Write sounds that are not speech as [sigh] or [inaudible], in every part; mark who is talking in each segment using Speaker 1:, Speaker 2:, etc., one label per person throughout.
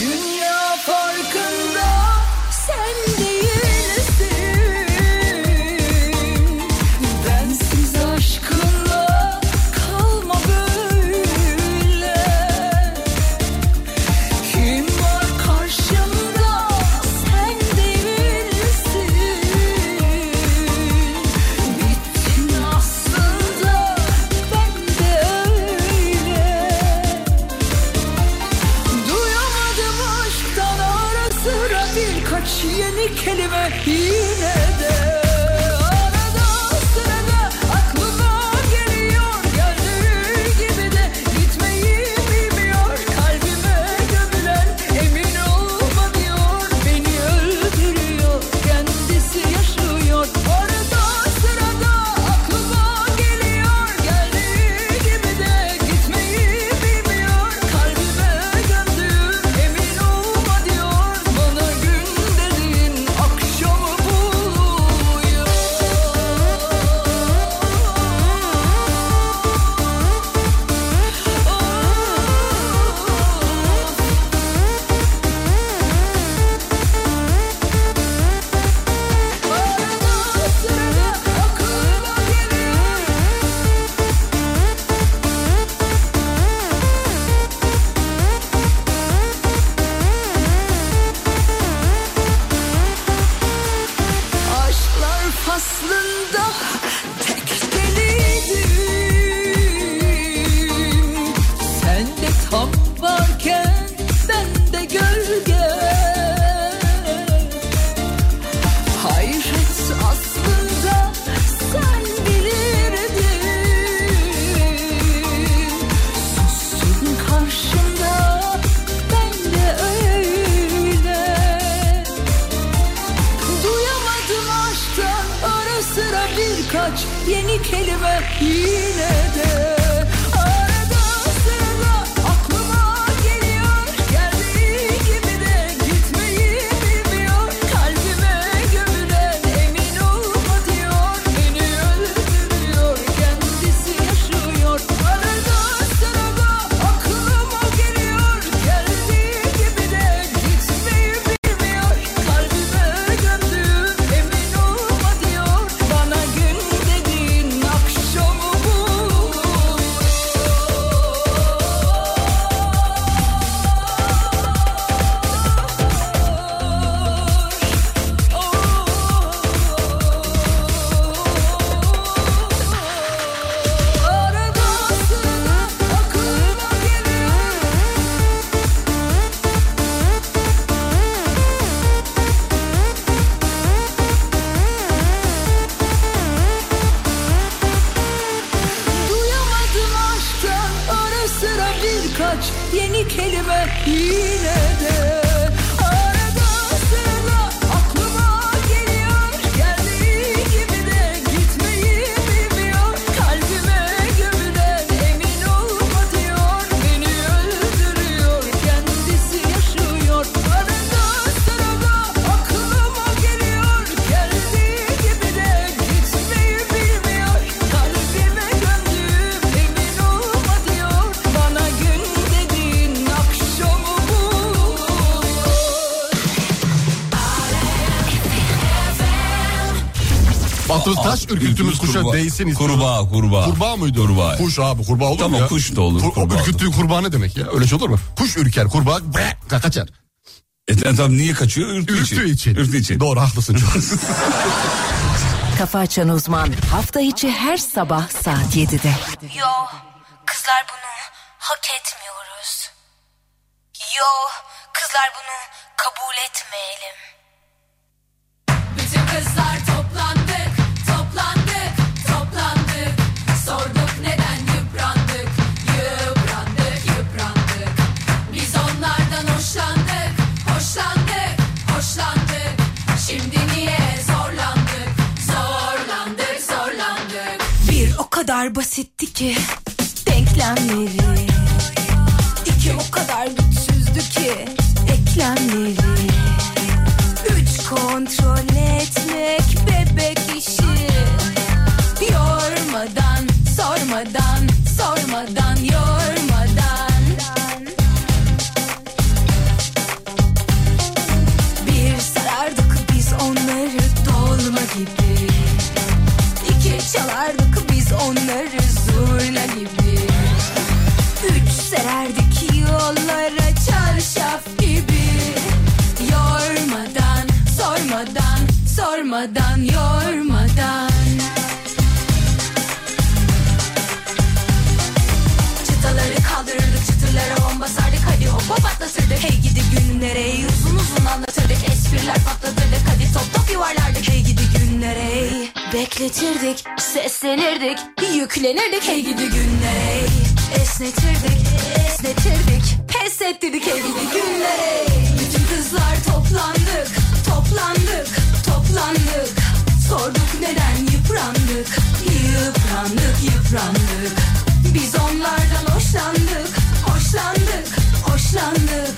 Speaker 1: Dünya farkında sen değilsin Bensiz aşkınla kalma böyle Kim var karşımda sen değilsin Bittin aslında ben de öyle Duyamadım aşktan ara sıra birkaç yeni kelime yine de Arada sırada aklıma geliyor gördüğün gibi de gitmeyi bilmiyor Kalbime gömülen emin olma diyor beni öldürüyor kendisi yaşıyor Arada sırada aklıma geliyor gördüğün gibi de gitmeyi bilmiyor Kalbime gömdüğüm emin olma diyor Bana gün dediğin akşamı buluyor Arada sırada aklıma geliyor Aşklar faslında tek deliydim Sen de tam varken ben de gölge Hayret aslında sen bilirdin Sustun karşımda ben de öyle Duyamadım aşktan ara sıra birkaç yeni kelime yine de Arada sırada aklıma geliyor Geldiği gibi de gitmeyi bilmiyor Kalbime gömülen emin olma diyor Beni öldürüyor kendisi yaşıyor Arada sırada aklıma geliyor Geldiği gibi de gitmeyi bilmiyor Kalbime gömdüğüm emin olma diyor Bana gün dediğin akşamı Oh, oh, bul Arada sırada aklıma geliyor Duyamadım aşktan ara sıra birkaç yeni kelime yine de Arada sırada aklıma geliyor Geldiği gibi de gitmeyi bilmiyor Kalbime gömülen emin olma diyor Beni öldürüyor kendisi yaşıyor Arada sırada aklıma geliyor Geldiği gibi de gitmeyi bilmiyor Kalbime gömdüğüm emin olma diyor Bana gün dediğin akşamı buluyor
Speaker 2: Bahtımız taş ürküttüğümüz kuşa
Speaker 3: kurbağa-
Speaker 2: değsin istiyoruz.
Speaker 3: Kurbağa kurbağa.
Speaker 2: Kurbağa mıydı?
Speaker 3: Kurbağa.
Speaker 2: Kuş abi kurbağa olur mu
Speaker 3: Tamam,
Speaker 2: ya?
Speaker 3: kuş da olur,
Speaker 2: Kur-
Speaker 3: kurbağa
Speaker 2: o ürküttüğün kurbağa ne demek ya? Öyle şey olur mu? Kuş ürker kurbağa bre, kaçar.
Speaker 3: E, tamam niye kaçıyor? Ürktüğü,
Speaker 2: Ürktüğü için.
Speaker 3: Ürktüğü için.
Speaker 2: Doğru haklısın çok.
Speaker 3: [laughs]
Speaker 4: Kafa Açan Uzman hafta içi her sabah saat 7'de.
Speaker 5: Yo, kızlar bunu hak etmiyoruz. Yo, kızlar bunu kabul etmeyelim.
Speaker 6: Bütün kızlar toplandık, toplandık.
Speaker 1: kadar basitti ki denklemleri. İki o kadar güçsüzdü ki eklemleri. Üç kontrol etmek bebek işi. Yormadan, sormadan, sormadan, yormadan. Bir sarardık biz onları dolma gibi İki çalardık biz onları zurna gibi Üç sererdik yollara çarşaf gibi Yormadan, sormadan, sormadan, yormadan Çıtaları kaldırırdık çıtırlara bomba sardık Hadi hoppa patlatırdık Hey gidi günlere ey uzun uzun anlatırdık Espriler patlatırdık hadi top top yuvarlardık Hey gidi günlere ey Bekletirdik seslenirdik Yüklenirdik hey gidi günlere ey Esnetirdik esnetirdik Pes ettirdik hey gidi günlere ey Bütün kızlar toplandık toplandık toplandık Sorduk neden yıprandık Yıprandık yıprandık Biz onlardan hoşlandık Hoşlandık hoşlandık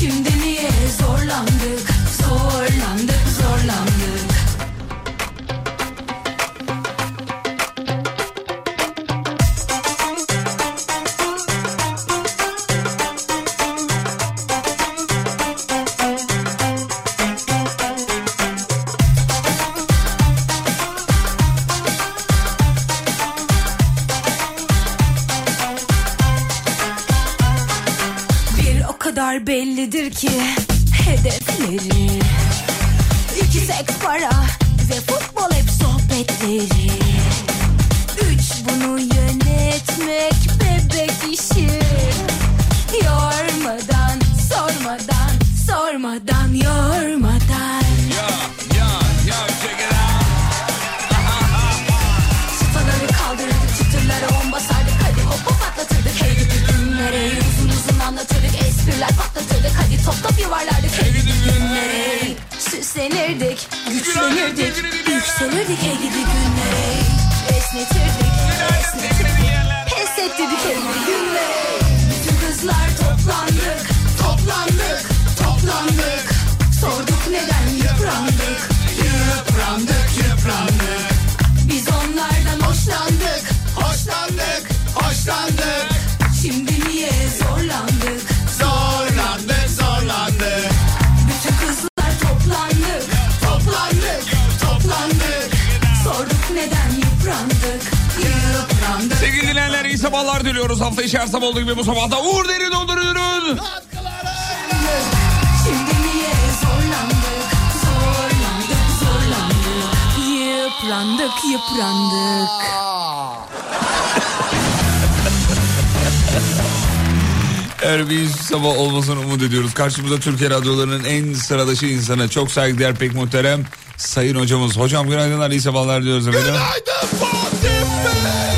Speaker 1: Şimdi niye zorlandık Zorlandık zorlandık Bir o kadar bellidir ki hedefleri İki seks para ve futbol hep sohbetleri Üç bunu yönetmek bebek işi Yormadan, sormadan, sormadan, yormadan Sıfaları kaldırdık çıtırlara on basardık hadi hop hop patlatırdık Hey gidi günlere uzun uzun anlatırdık espriler patlatırdık hadi top top yuvarlardık Hey gidi günlere süslenirdik güçlenirdik yükselirdik Hey gidi günlere esnetirdik esnetirdik pes ettirdik Hey gidi günlere bütün kızlar toplandık toplandık toplandık sorduk neden yıprandık yıprandık yıprandık biz onlardan hoşlandık, hoşlandık, hoşlandık. Şimdi niye zorlandık? Zorlandık, zorlandık. Bütün kızlar toplandık, toplandık, toplandık. Sorduk neden yıprandık, yıprandık.
Speaker 3: Sevgili dinleyenler iyi sabahlar diliyoruz. Hafta içi her sabah olduğu gibi bu sabah da Uğur Derin Dondurucu'nun
Speaker 1: Şimdi niye zorlandık, zorlandık, zorlandık. Yıprandık, yıprandık.
Speaker 3: Her bir sabah olmasını umut ediyoruz. Karşımıza Türkiye radyolarının en sıradaşı insana çok saygıdeğer pek muhterem Sayın hocamız. Hocam günaydınlar iyi sabahlar diyoruz efendim.
Speaker 2: Günaydın Fatih Bey.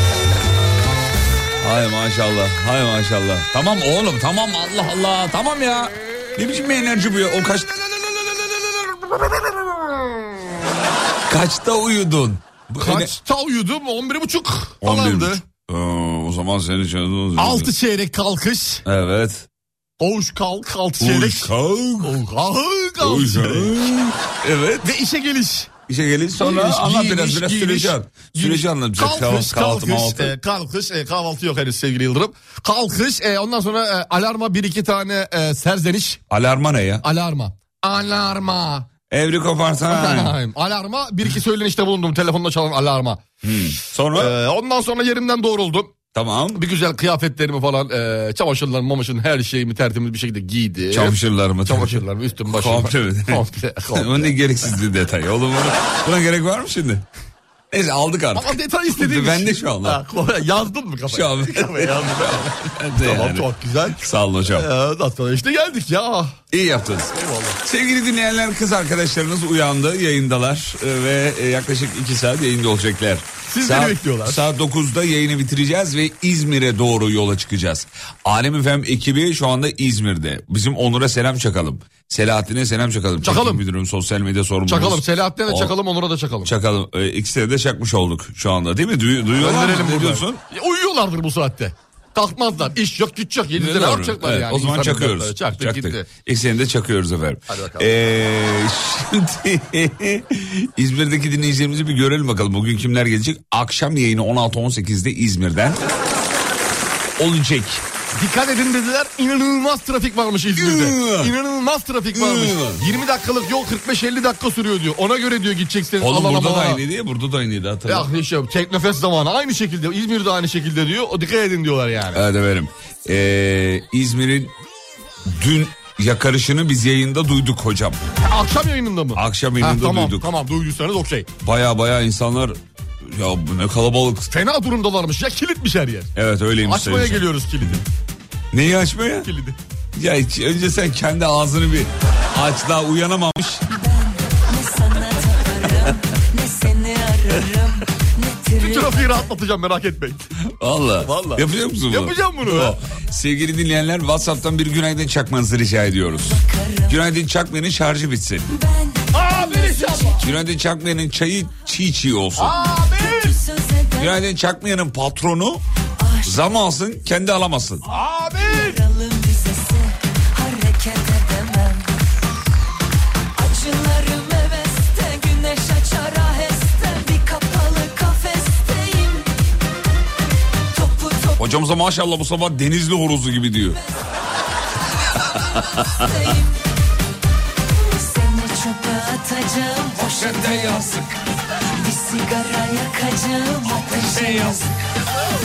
Speaker 3: Hay maşallah hay maşallah. Tamam oğlum tamam Allah Allah tamam ya. Ne biçim bir enerji bu ya o kaç... Kaçta uyudun? Bu ene-
Speaker 2: Kaçta uyudum? 11.30 buçuk
Speaker 3: 11
Speaker 2: falandı.
Speaker 3: buçuk. Aa, o zaman seni çağırdım.
Speaker 2: 6 çeyrek kalkış.
Speaker 3: Evet.
Speaker 2: Oğuş kalk 6 çeyrek.
Speaker 3: Uyuşak.
Speaker 2: Oğuş kalk. altı
Speaker 3: Uyuşak.
Speaker 2: çeyrek.
Speaker 3: Evet.
Speaker 2: Ve işe geliş.
Speaker 3: İşe gelir sonra
Speaker 2: Giriş,
Speaker 3: anlat
Speaker 2: giriş,
Speaker 3: biraz biraz
Speaker 2: giriş,
Speaker 3: süreci an. Süreci anlatacak.
Speaker 2: Kalkış,
Speaker 3: şey.
Speaker 2: kalkış,
Speaker 3: kahvaltı, mahvaltı.
Speaker 2: e, kalkış, e, kahvaltı yok henüz sevgili Yıldırım. Kalkış, e, ondan sonra e, alarma bir iki tane e, serzeniş.
Speaker 3: Alarma ne ya?
Speaker 2: Alarma. Alarma.
Speaker 3: Evri
Speaker 2: [laughs]
Speaker 3: kopartan.
Speaker 2: alarma, bir iki söylenişte bulundum telefonda çalan alarma.
Speaker 3: Sonra
Speaker 2: E, ondan sonra yerimden doğruldum.
Speaker 3: tamam.
Speaker 2: Bir güzel kıyafetlerimi falan, e, çamaşırlarımı, mamaşırımı, her şeyimi tertemiz bir şekilde giydim. [laughs]
Speaker 3: Çamaşırlarımı. [laughs]
Speaker 2: Çamaşırlarımı, üstüm başım.
Speaker 3: Komple mi?
Speaker 2: [laughs] Komple,
Speaker 3: O
Speaker 2: komple.
Speaker 3: ne gereksiz bir detay. Oğlum bunu- buna gerek var mı şimdi? Neyse aldık artık.
Speaker 2: Ama detay istediğim için.
Speaker 3: Ben de şu anda.
Speaker 2: Ha, Yazdım mı kafaya?
Speaker 3: Şu an.
Speaker 2: Kafaya yazdım. tamam
Speaker 3: Yani.
Speaker 2: çok güzel.
Speaker 3: Sağ olun hocam.
Speaker 2: Ee, Ondan sonra işte geldik ya. Ah.
Speaker 3: İyi yaptınız. Sevgili dinleyenler kız arkadaşlarınız uyandı yayındalar e, ve e, yaklaşık 2 saat yayında olacaklar.
Speaker 2: Sizleri bekliyorlar.
Speaker 3: Saat 9'da yayını bitireceğiz ve İzmir'e doğru yola çıkacağız. Alem Efem ekibi şu anda İzmir'de. Bizim Onur'a selam çakalım. Selahattin'e selam çakalım. Çekim
Speaker 2: Çakalım.
Speaker 3: Müdürüm sosyal medya sorumlumuz.
Speaker 2: Çakalım Selahattin'e de
Speaker 3: O-
Speaker 2: çakalım Onur'a da çakalım.
Speaker 3: Çakalım. Ee, ikisine de çakmış olduk şu anda değil mi? Duyu, duyuyorlar mı?
Speaker 2: Gönderelim
Speaker 3: Ne
Speaker 2: buradan.
Speaker 3: diyorsun?
Speaker 2: Ya, Uyuyorlardır bu saatte. Kalkmazlar. İş yok güç yok. Yedi
Speaker 3: Doğru.
Speaker 2: ne yapacaklar
Speaker 3: Evet,
Speaker 2: yani.
Speaker 3: O zaman
Speaker 2: İnsanın
Speaker 3: çakıyoruz.
Speaker 2: kalktığı, Çaktı
Speaker 3: Çaktık.
Speaker 2: gitti.
Speaker 3: İkisini de çakıyoruz efendim.
Speaker 2: Hadi bakalım.
Speaker 3: Ee, [laughs] şimdi İzmir'deki dinleyicilerimizi bir görelim bakalım. Bugün kimler gelecek? Akşam yayını 16-18'de İzmir'den olacak.
Speaker 2: Dikkat edin dediler inanılmaz trafik varmış İzmir'de.
Speaker 3: Yuh!
Speaker 2: İnanılmaz trafik varmış.
Speaker 3: Yuh!
Speaker 2: 20 dakikalık yol 45-50 dakika sürüyor diyor. Ona göre diyor gideceksiniz.
Speaker 3: Oğlum
Speaker 2: alana
Speaker 3: burada da
Speaker 2: malana.
Speaker 3: aynıydı ya burada da aynıydı hatırla.
Speaker 2: Ya işte tek nefes zamanı aynı şekilde İzmir'de aynı şekilde diyor. O dikkat edin diyorlar yani.
Speaker 3: Evet efendim. Ee, İzmir'in dün yakarışını biz yayında duyduk hocam.
Speaker 2: Akşam yayınında mı?
Speaker 3: Akşam
Speaker 2: Ha,
Speaker 3: yayında
Speaker 2: tamam
Speaker 3: duyduk.
Speaker 2: tamam duyduysanız okey.
Speaker 3: Baya baya insanlar ya bu ne kalabalık.
Speaker 2: Fena durumdalarmış ya kilitmiş her yer.
Speaker 3: Evet öyleymiş.
Speaker 2: Açmaya
Speaker 3: sayın hocam.
Speaker 2: geliyoruz kilidi.
Speaker 3: Neyi açmaya?
Speaker 2: Kilidi.
Speaker 3: Ya hiç- önce sen kendi ağzını bir aç daha uyanamamış.
Speaker 1: Ne sana takarım ne seni ararım ne
Speaker 2: Şu
Speaker 1: trip
Speaker 2: trafiği rahatlatacağım merak etmeyin.
Speaker 3: Valla.
Speaker 2: Vallahi.
Speaker 3: Yapacak musun bunu?
Speaker 2: Yapacağım bunu.
Speaker 3: Tamam. Sevgili dinleyenler Whatsapp'tan bir günaydın çakmanızı rica ediyoruz. Günaydın çakmayanın şarjı bitsin.
Speaker 2: Aa beni çalma.
Speaker 3: Günaydın çakmayanın çayı çiğ çiğ olsun.
Speaker 2: Aa beni.
Speaker 1: söz eder
Speaker 3: Günaydın çakmayanın patronu zam alsın kendi alamasın.
Speaker 2: Aa beni.
Speaker 1: alım vizesi hareket edemem Acılarım heveste güneş açar aheste bir kapalı kafesteyim Topu topu
Speaker 3: Hocamıza maşallah bu sabah denizli horozu gibi diyor.
Speaker 1: Seni çöpe atacağım Poşete yazık Bir sigara yakacağım Ateşe yazık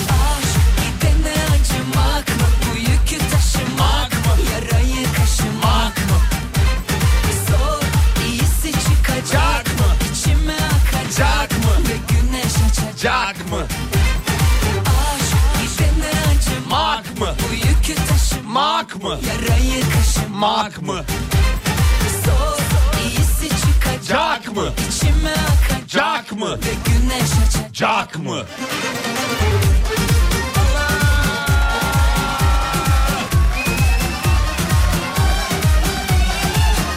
Speaker 1: Aşk gidene acımak mı Bu yükü taşımak mı Yarayı kaşımak mı Zor iyisi çıkacak mı İçime akacak mı Ve güneş açacak
Speaker 2: Cak mı?
Speaker 1: Aşk gidene acımak
Speaker 2: Mak mı?
Speaker 1: Bu yükü taşımak
Speaker 2: Mak mı?
Speaker 1: Yarayı kaşımak
Speaker 2: Mak mı?
Speaker 1: Zor, iyisi çıkacak
Speaker 2: Cak mı?
Speaker 1: İçime akacak
Speaker 2: Cak mı?
Speaker 1: Ve güneş açacak
Speaker 2: Cak mı?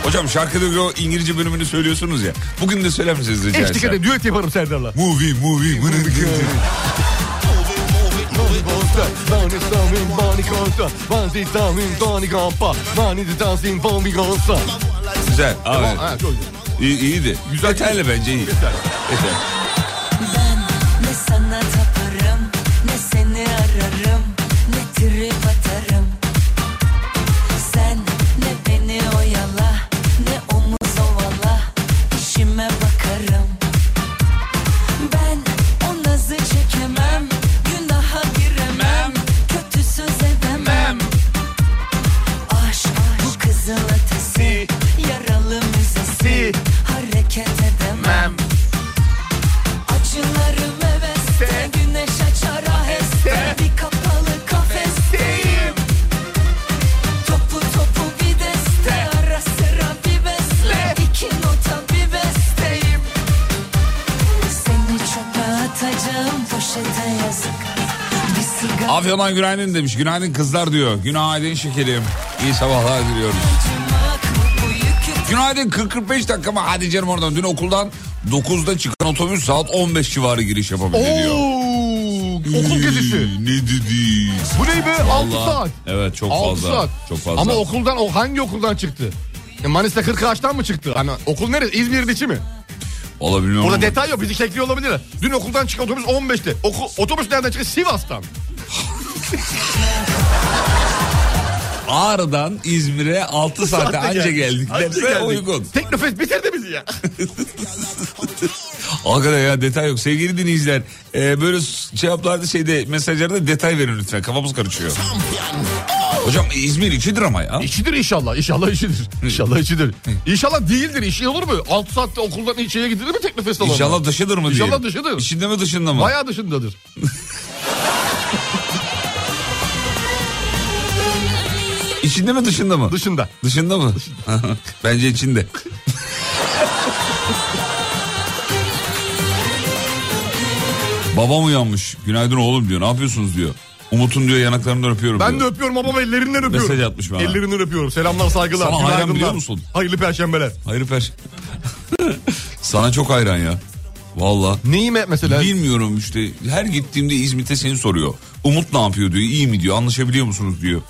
Speaker 3: Hocam şarkıda o İngilizce bölümünü söylüyorsunuz ya. Bugün de söyler misiniz rica
Speaker 2: Eş dikkat
Speaker 3: etsem?
Speaker 2: edin düet yaparım Serdar'la.
Speaker 3: Movie movie. mırın kırın. Güzel. Abi.
Speaker 2: Ha, çok güzel.
Speaker 3: İyi, iyiydi. Güzel. Yeterli bence iyi. Yeter.
Speaker 1: Ben ne sana taparım Ne seni ararım Ne trip atarım Sen ne beni oyala Ne omuz ovala İşime bakarım Ben o nazı çekemem Günaha giremem Kötü söz edemem Aşk bu kızıl ötesi Yaralı müzesi Hareket edemem Acılarım heveste Güneş açar aheste Bir kapalı kafesteyim Topu topu bir deste Ara sıra bir besle İki nota bir besteyim Seni çöpe atacağım Poşete yazık Bir sigara
Speaker 3: Afyon'dan günaydın demiş. Günaydın kızlar diyor. Günaydın şekerim. İyi sabahlar diliyoruz.
Speaker 1: acımak mı bu yükü
Speaker 3: Günaydın 40-45 dakika mı? Hadi canım oradan. Dün okuldan 9'da çıkan otobüs saat 15 civarı giriş yapabildi diyor.
Speaker 2: Oo, okul gezisi.
Speaker 3: Ee, Ne dedi?
Speaker 2: Bu ne be? 6
Speaker 3: Vallahi,
Speaker 2: saat.
Speaker 3: Evet çok
Speaker 2: 6
Speaker 3: fazla.
Speaker 2: saat.
Speaker 3: Çok fazla.
Speaker 2: Ama okuldan o hangi okuldan çıktı? E, Manisa 40 mı çıktı? Hani okul neresi? İzmir'in içi mi?
Speaker 3: Olabilir
Speaker 2: Burada
Speaker 3: mi?
Speaker 2: detay yok. Bizi kekliyor olabilir. Dün okuldan çıkan otobüs 15'te. Oku, otobüs nereden çıktı? Sivas'tan.
Speaker 3: Ağrı'dan İzmir'e 6 saate
Speaker 2: Saatte
Speaker 3: anca
Speaker 2: geldik.
Speaker 3: geldik.
Speaker 2: Anca
Speaker 3: Derse
Speaker 2: geldik.
Speaker 3: uygun.
Speaker 2: Tek nefes bitirdi bizi
Speaker 3: [laughs]
Speaker 2: ya.
Speaker 3: Hakikaten ya detay yok. Sevgili dinleyiciler e, böyle s- cevaplarda şeyde mesajlarda detay verin lütfen. Kafamız karışıyor. Hocam İzmir içidir ama ya.
Speaker 2: İşidir inşallah. İnşallah işidir. İnşallah işidir. İnşallah değildir. İşi olur mu? 6 saatte okuldan ilçeye gidilir mi tek nefes alanına?
Speaker 3: İnşallah dışıdır mı diyelim.
Speaker 2: İnşallah dışıdır.
Speaker 3: İçinde mi dışında mı?
Speaker 2: Bayağı dışındadır.
Speaker 3: İçinde mi dışında mı?
Speaker 2: Dışında.
Speaker 3: dışında mı? [laughs] Bence içinde. Babam uyanmış. Günaydın oğlum diyor. Ne yapıyorsunuz diyor. Umut'un diyor yanaklarından öpüyorum
Speaker 2: Ben de
Speaker 3: diyor.
Speaker 2: öpüyorum babam ellerinden öpüyorum.
Speaker 3: Mesaj atmış bana.
Speaker 2: Ellerinden öpüyorum. Selamlar saygılar.
Speaker 3: Sana hayran
Speaker 2: günaydınlar.
Speaker 3: biliyor musun?
Speaker 2: Hayırlı perşembeler.
Speaker 3: Hayır Fer. [laughs] Sana çok hayran ya. Valla.
Speaker 2: Neyime mesela?
Speaker 3: Bilmiyorum işte her gittiğimde İzmit'e seni soruyor. Umut ne yapıyor diyor. İyi mi diyor. Anlaşabiliyor musunuz diyor.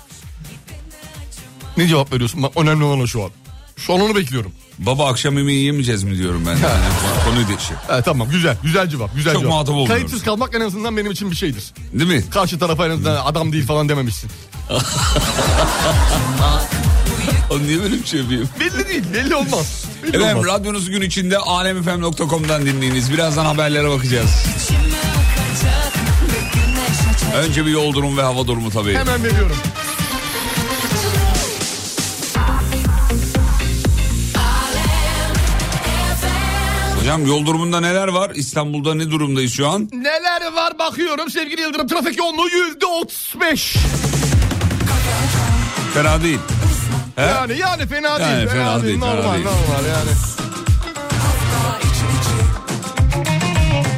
Speaker 2: Ne cevap veriyorsun? Bak önemli olan o şu an. Şu an onu bekliyorum.
Speaker 3: Baba akşam yemeği yemeyeceğiz mi diyorum ben. de. Yani bu konuyu değişir.
Speaker 2: E, tamam güzel. Güzel cevap. Güzel
Speaker 3: Çok
Speaker 2: cevap.
Speaker 3: muhatap olmuyorum.
Speaker 2: Kayıtsız kalmak en azından benim için bir şeydir.
Speaker 3: Değil mi? [laughs]
Speaker 2: Karşı tarafa en azından adam değil falan dememişsin.
Speaker 3: O niye böyle bir şey yapayım?
Speaker 2: Belli değil. Belli olmaz. Belli
Speaker 3: Efendim
Speaker 2: olmaz.
Speaker 3: radyonuzu gün içinde alemfm.com'dan dinleyiniz. Birazdan haberlere bakacağız.
Speaker 1: İçime akacak bir güneş açacak
Speaker 3: Önce bir yol durum ve hava durumu tabii.
Speaker 2: Hemen veriyorum.
Speaker 3: Hocam yol durumunda neler var? İstanbul'da ne durumdayız şu an?
Speaker 2: Neler var bakıyorum sevgili Yıldırım. Trafik yoğunluğu yüzde otuz beş.
Speaker 3: Fena değil. He?
Speaker 2: Yani yani fena değil.
Speaker 3: Yani fena değil, fena
Speaker 2: Normal
Speaker 3: değil.
Speaker 2: normal yani.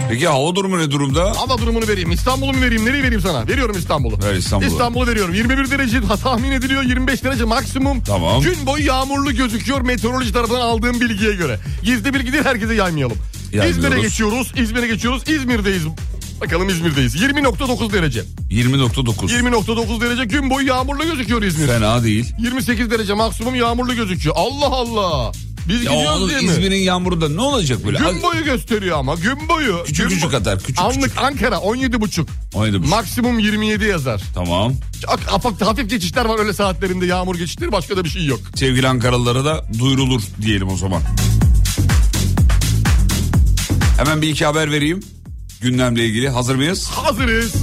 Speaker 3: Peki hava durumu ne durumda?
Speaker 2: Hava durumunu vereyim. İstanbul'u mu vereyim? Nereyi vereyim sana? Veriyorum İstanbul'u.
Speaker 3: Ver İstanbul'u.
Speaker 2: veriyorum. 21 derece ha- tahmin ediliyor. 25 derece maksimum.
Speaker 3: Tamam.
Speaker 2: Gün boyu yağmurlu gözüküyor meteoroloji tarafından aldığım bilgiye göre. Gizli bilgi değil herkese yaymayalım.
Speaker 3: Yaymıyoruz.
Speaker 2: İzmir'e geçiyoruz. İzmir'e geçiyoruz. İzmir'deyiz. Bakalım İzmir'deyiz. 20.9 derece.
Speaker 3: 20.9.
Speaker 2: 20.9 derece gün boyu yağmurlu gözüküyor İzmir.
Speaker 3: Fena değil.
Speaker 2: 28 derece maksimum yağmurlu gözüküyor. Allah Allah. Biz
Speaker 3: Ya
Speaker 2: gidiyoruz
Speaker 3: oğlum
Speaker 2: değil mi?
Speaker 3: İzmir'in yağmuru da ne olacak böyle?
Speaker 2: Gün boyu gösteriyor ama gün boyu.
Speaker 3: Küçük
Speaker 2: Gün
Speaker 3: küçük
Speaker 2: bo-
Speaker 3: atar. Küçük
Speaker 2: Anlık
Speaker 3: küçük.
Speaker 2: Ankara 17 buçuk.
Speaker 3: Oynadı bu.
Speaker 2: Maksimum 27 yazar.
Speaker 3: Tamam.
Speaker 2: Ak- Hafif, hafif geçişler var öyle saatlerinde yağmur geçişleri başka da bir şey yok.
Speaker 3: Sevgili Ankaralılara da duyurulur diyelim o zaman. Hemen bir iki haber vereyim. Gündemle ilgili. Hazır mıyız?
Speaker 2: Hazırız.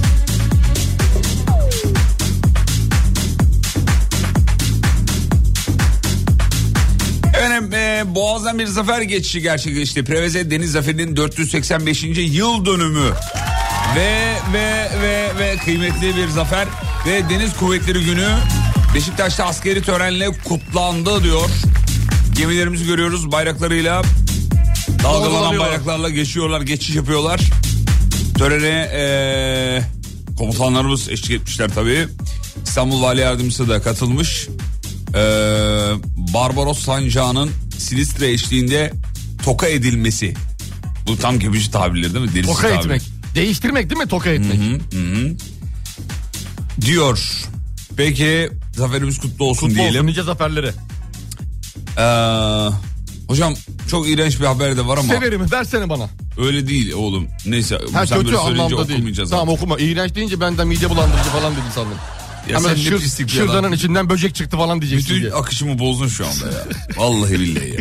Speaker 3: Efendim e, Boğaz'dan bir zafer geçişi gerçekleşti. Preveze Deniz Zaferi'nin 485. yıl dönümü. Ve ve ve ve kıymetli bir zafer ve Deniz Kuvvetleri Günü Beşiktaş'ta askeri törenle kutlandı diyor. Gemilerimizi görüyoruz bayraklarıyla dalgalanan
Speaker 2: Dalgalanıyorlar.
Speaker 3: bayraklarla geçiyorlar, geçiş yapıyorlar. Törene e, komutanlarımız eşlik etmişler tabii. İstanbul Vali Yardımcısı da katılmış. E, Barbaros Sancağı'nın Silistre eşliğinde toka edilmesi. Bu tam gömücü tabirleri değil mi? Derisi
Speaker 2: Toka
Speaker 3: tabiri.
Speaker 2: etmek. Değiştirmek değil mi toka etmek?
Speaker 3: Diyor. Peki zaferimiz kutlu olsun
Speaker 2: Futbol,
Speaker 3: diyelim.
Speaker 2: nice zaferleri.
Speaker 3: E, hocam çok iğrenç bir haber de var ama
Speaker 2: Severim versene bana.
Speaker 3: öyle değil oğlum. Neyse
Speaker 2: Ha,
Speaker 3: sen
Speaker 2: kötü
Speaker 3: böyle söyleyince
Speaker 2: anlamda değil.
Speaker 3: okumayacağız.
Speaker 2: Tamam okuma. İğrenç deyince benden mide bulandırıcı falan dedin sandım.
Speaker 3: Ya
Speaker 2: Ama
Speaker 3: sen ne
Speaker 2: şır-
Speaker 3: pislik bir
Speaker 2: şırdanın
Speaker 3: adam.
Speaker 2: içinden böcek çıktı falan diyeceksin
Speaker 3: Bütün
Speaker 2: diye.
Speaker 3: akışımı bozdun şu anda ya. Vallahi billahi ya.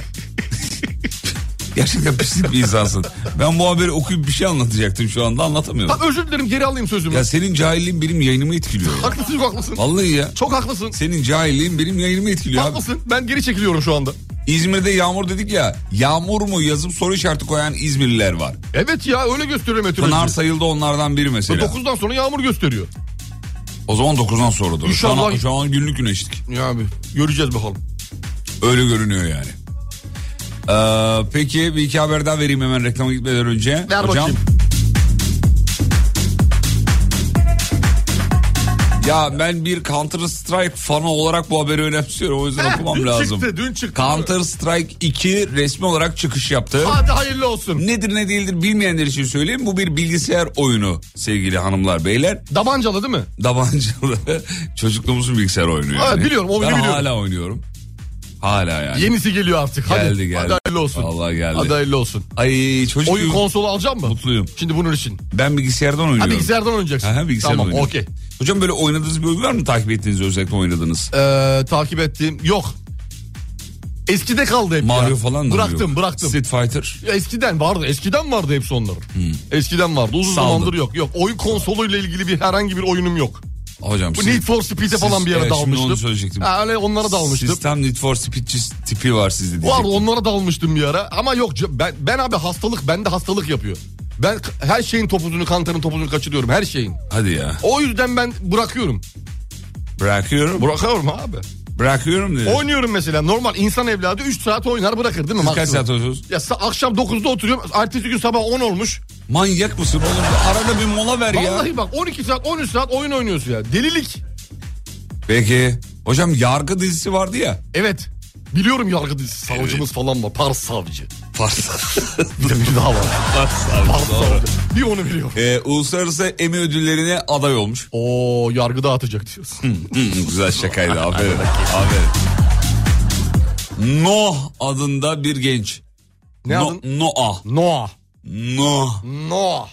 Speaker 3: Gerçekten pislik bir insansın. Ben bu haberi okuyup bir şey anlatacaktım şu anda anlatamıyorum.
Speaker 2: Ha, özür dilerim geri alayım sözümü.
Speaker 3: Ya senin cahilliğin benim yayınımı etkiliyor. ya.
Speaker 2: Haklısın çok haklısın.
Speaker 3: Vallahi ya.
Speaker 2: Çok haklısın.
Speaker 3: Senin cahilliğin benim yayınımı etkiliyor abi.
Speaker 2: Haklısın. Ben geri çekiliyorum şu anda.
Speaker 3: İzmir'de yağmur dedik ya. Yağmur mu yazıp soru işareti koyan İzmirliler var.
Speaker 2: Evet ya öyle gösteriyor meteoroloji.
Speaker 3: Pınar sayıldı onlardan biri mesela.
Speaker 2: 9'dan sonra yağmur gösteriyor.
Speaker 3: O zaman 9'dan sonradır. Şu an,
Speaker 2: İnşallah-
Speaker 3: şu an günlük güneşlik.
Speaker 2: Ya abi göreceğiz bakalım.
Speaker 3: Öyle görünüyor yani. Ee, peki bir iki haber daha vereyim hemen reklama gitmeden önce.
Speaker 2: Ver bakayım.
Speaker 3: Ya ben bir Counter Strike fanı olarak bu haberi önemsiyorum. O yüzden
Speaker 2: Heh,
Speaker 3: okumam
Speaker 2: dün
Speaker 3: lazım.
Speaker 2: çıktı, dün çıktı.
Speaker 3: Counter Strike 2 resmi olarak çıkış yaptı.
Speaker 2: Hadi hayırlı olsun.
Speaker 3: Nedir ne değildir bilmeyenler için söyleyeyim. Bu bir bilgisayar oyunu sevgili hanımlar beyler.
Speaker 2: Dabancalı değil mi?
Speaker 3: Dabancalı [laughs] çocukluğumuzun bilgisayar oyunu yani.
Speaker 2: Evet, biliyorum, oyunu
Speaker 3: ben
Speaker 2: biliyorum.
Speaker 3: hala oynuyorum. Hala yani.
Speaker 2: Yenisi geliyor artık. Hadi.
Speaker 3: Geldi, geldi.
Speaker 2: Hadi hayırlı olsun.
Speaker 3: Vallahi geldi.
Speaker 2: Hadi hayırlı olsun.
Speaker 3: Ay çocuk
Speaker 2: Oyun konsolu alacak mı?
Speaker 3: Mutluyum.
Speaker 2: Şimdi bunun için.
Speaker 3: Ben bilgisayardan oynuyorum.
Speaker 2: Ha bilgisayardan oynayacaksın.
Speaker 3: Aha, bilgisayardan
Speaker 2: tamam
Speaker 3: oynuyorum.
Speaker 2: okey.
Speaker 3: Hocam böyle oynadığınız bir oyun var mı takip ettiğiniz özellikle oynadığınız?
Speaker 2: Ee, takip ettiğim yok. Eskide kaldı hep
Speaker 3: Mario
Speaker 2: Ee, ya.
Speaker 3: falan da mı
Speaker 2: Bıraktım
Speaker 3: yok?
Speaker 2: bıraktım.
Speaker 3: Street Fighter.
Speaker 2: Ya eskiden vardı. Eskiden vardı hepsi onların. Eskiden vardı. Uzun
Speaker 3: Hmm. Saldım.
Speaker 2: zamandır yok. Yok. Oyun konsoluyla ilgili bir herhangi bir oyunum yok.
Speaker 3: Hocam
Speaker 2: Bu Need for Speed'e
Speaker 3: siz-
Speaker 2: falan bir yere
Speaker 3: evet, şimdi
Speaker 2: dalmıştım.
Speaker 3: onu söyleyecektim.
Speaker 2: Ha, öyle onlara dalmıştım.
Speaker 3: Sistem Need for Speed'ci tipi var sizde
Speaker 2: Var
Speaker 3: diyecektim.
Speaker 2: onlara dalmıştım bir ara ama yok c- ben, ben abi hastalık bende hastalık yapıyor. Ben k- her şeyin topuzunu kantarın topuzunu kaçırıyorum her şeyin.
Speaker 3: Hadi ya.
Speaker 2: O yüzden ben bırakıyorum.
Speaker 3: Bırakıyorum.
Speaker 2: Bırakıyorum abi.
Speaker 3: Bırakıyorum dedi.
Speaker 2: Oynuyorum mesela normal insan evladı 3 saat oynar bırakır değil mi?
Speaker 3: Siz kaç
Speaker 2: maksimum?
Speaker 3: saat oynuyorsunuz?
Speaker 2: Ya sa- akşam 9'da oturuyorum. Ertesi gün sabah 10 olmuş.
Speaker 3: Manyak mısın oğlum? Arada bir mola ver ya.
Speaker 2: Vallahi bak 12 saat 13 saat oyun oynuyorsun ya. Delilik.
Speaker 3: Peki. Hocam yargı dizisi vardı ya.
Speaker 2: Evet. Biliyorum yargı dizisi. Savcımız falan var. Pars savcı.
Speaker 3: Pars.
Speaker 2: Bir de bir daha var. Pars savcı. Bir onu biliyorum.
Speaker 3: [laughs] Ee, uluslararası Emmy ödüllerine aday olmuş.
Speaker 2: Oo yargı dağıtacak diyorsun.
Speaker 3: Hmm, [laughs] güzel şakaydı aferin. aferin. Noh adında bir genç.
Speaker 2: ne
Speaker 3: No-
Speaker 2: adın?
Speaker 3: Noah.
Speaker 2: Noah.
Speaker 3: Noh.
Speaker 2: Noah.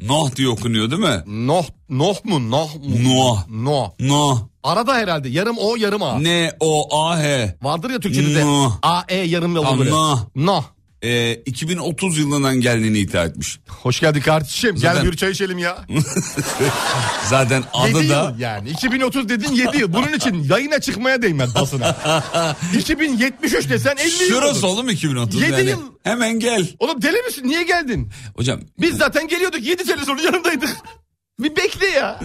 Speaker 3: Noh diye okunuyor değil mi?
Speaker 2: Noh. Noh mu? Noh mu?
Speaker 3: Noah.
Speaker 2: Noah.
Speaker 3: Noh.
Speaker 2: Arada herhalde. Yarım o yarım a.
Speaker 3: N O A H.
Speaker 2: Vardır ya Türkçe'de de.
Speaker 3: Noh.
Speaker 2: A e yarım yalı
Speaker 3: Tamam,
Speaker 2: böyle.
Speaker 3: Noh.
Speaker 2: Noh.
Speaker 3: Ee, 2030 yılından geldiğini iddia etmiş.
Speaker 2: Hoş geldik kardeşim. Gel
Speaker 3: Zaten-
Speaker 2: bir çay içelim ya.
Speaker 3: Zaten
Speaker 2: Yedi
Speaker 3: adı da
Speaker 2: yıl yani. 2030 dedin 7 yıl. Bunun için yayına çıkmaya değmez
Speaker 3: [laughs]
Speaker 2: basına. 2073 desen 50 yıl.
Speaker 3: şurası
Speaker 2: olur.
Speaker 3: oğlum 2030
Speaker 2: Yedi
Speaker 3: yani.
Speaker 2: yıl.
Speaker 3: Hemen gel.
Speaker 2: Oğlum deli misin? Niye geldin?
Speaker 3: Hocam
Speaker 2: Biz zaten geliyorduk 7 sene sonra yanındaydık. [laughs] Bir bekle ya.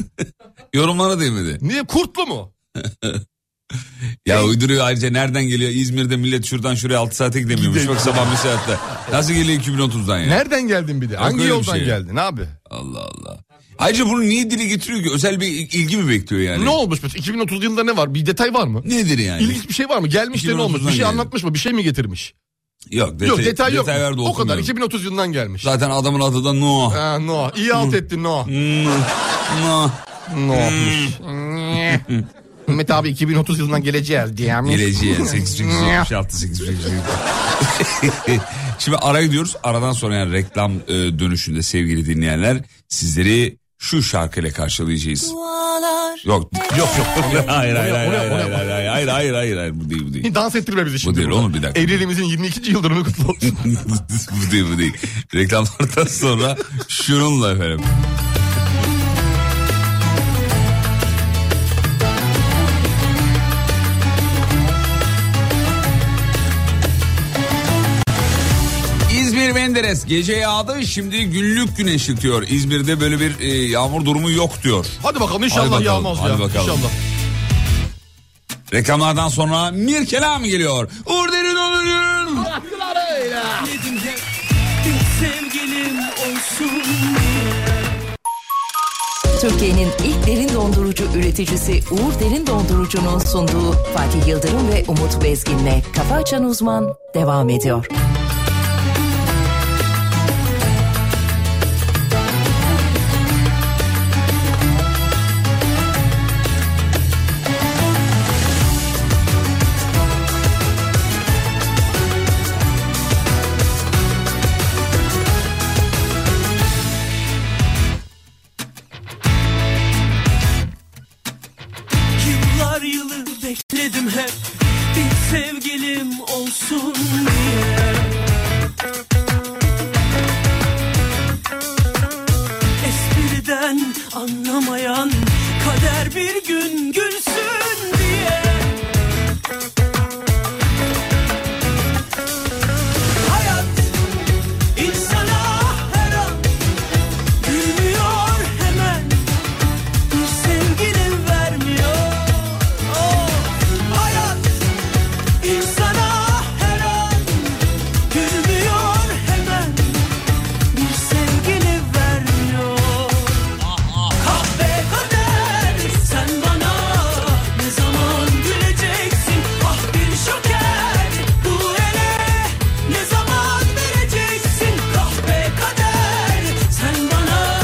Speaker 3: yorumlara değmedi.
Speaker 2: Niye kurtlu mu?
Speaker 3: Ya uyduruyor ayrıca nereden geliyor? İzmir'de millet şuradan şuraya 6 saate gidemiyormuş.
Speaker 2: Gidelim.
Speaker 3: Bak sabah bir saatte. Nasıl geliyor 2030'dan ya?
Speaker 2: Nereden geldin bir de? Hangi
Speaker 3: öyle bir
Speaker 2: yoldan
Speaker 3: şey.
Speaker 2: geldin abi?
Speaker 3: Allah Allah. Ayrıca bunu niye dile getiriyor ki? Özel bir ilgi mi bekliyor yani?
Speaker 2: Ne olmuş mesela? 2030 yılında ne var? Bir detay var mı?
Speaker 3: Nedir yani?
Speaker 2: İlginç bir şey var mı? Gelmiş de ne olmuş? Bir
Speaker 3: 2030'dan
Speaker 2: şey
Speaker 3: geldi.
Speaker 2: anlatmış mı? Bir şey mi getirmiş?
Speaker 3: Yok detay,
Speaker 2: yok detay yok.
Speaker 3: detaylar da
Speaker 2: o kadar
Speaker 3: okumuyorum.
Speaker 2: 2030 yılından gelmiş.
Speaker 3: Zaten adamın adı da Noah.
Speaker 2: Ha, no. İyi alt ettin no. Ee.
Speaker 3: Noah.
Speaker 2: No'muş.
Speaker 3: [laughs]
Speaker 2: Mehmet abi 2030 yılından geleceğiz diye mi? [laughs]
Speaker 3: Geleceği 8 8 76 8 8 [laughs] Şimdi ara gidiyoruz. Aradan sonra yani reklam e, dönüşünde sevgili dinleyenler sizleri şu şarkıyla karşılayacağız. Yok yok yok. [laughs] hayır hayır hayır
Speaker 2: o ne, o
Speaker 3: hayır hayır
Speaker 2: ne?
Speaker 3: hayır hayır hayır hayır hayır bu değil bu değil.
Speaker 2: Dans ettirme bizi şimdi.
Speaker 3: değil
Speaker 2: burada.
Speaker 3: oğlum, bir dakika.
Speaker 2: Evliliğimizin 22. yıl dönümü kutlu
Speaker 3: [laughs]
Speaker 2: olsun.
Speaker 3: bu değil bu değil. Reklamlardan sonra şununla efendim. İzmir Menderes gece yağdı şimdi günlük güneşletiyor. İzmir'de böyle bir e, yağmur durumu yok diyor.
Speaker 2: Hadi bakalım inşallah
Speaker 3: Hadi bakalım,
Speaker 2: yağmaz
Speaker 3: hadi
Speaker 2: ya.
Speaker 3: bakalım.
Speaker 2: İnşallah.
Speaker 3: Reklamlardan sonra Mirkelam geliyor. Uğur Derin Onur'un.
Speaker 4: Türkiye'nin ilk derin dondurucu üreticisi Uğur Derin Dondurucu'nun sunduğu Fatih Yıldırım ve Umut Bezgin'le Kafa Açan Uzman devam ediyor.
Speaker 6: Yıllar yılı bekledim hep bir sevgilim olsun diye. Espriden anlamayan kader bir gün gülsün diye. Hayat insana her an gülmüyor hemen bir sevgilim vermiyor Oh! Hayat insana her an gülmüyor hemen Bir sevgilim vermiyor Kahve kader sen bana ne zaman güleceksin Ah bir şoker bu ele ne zaman vereceksin Kahve kader sen bana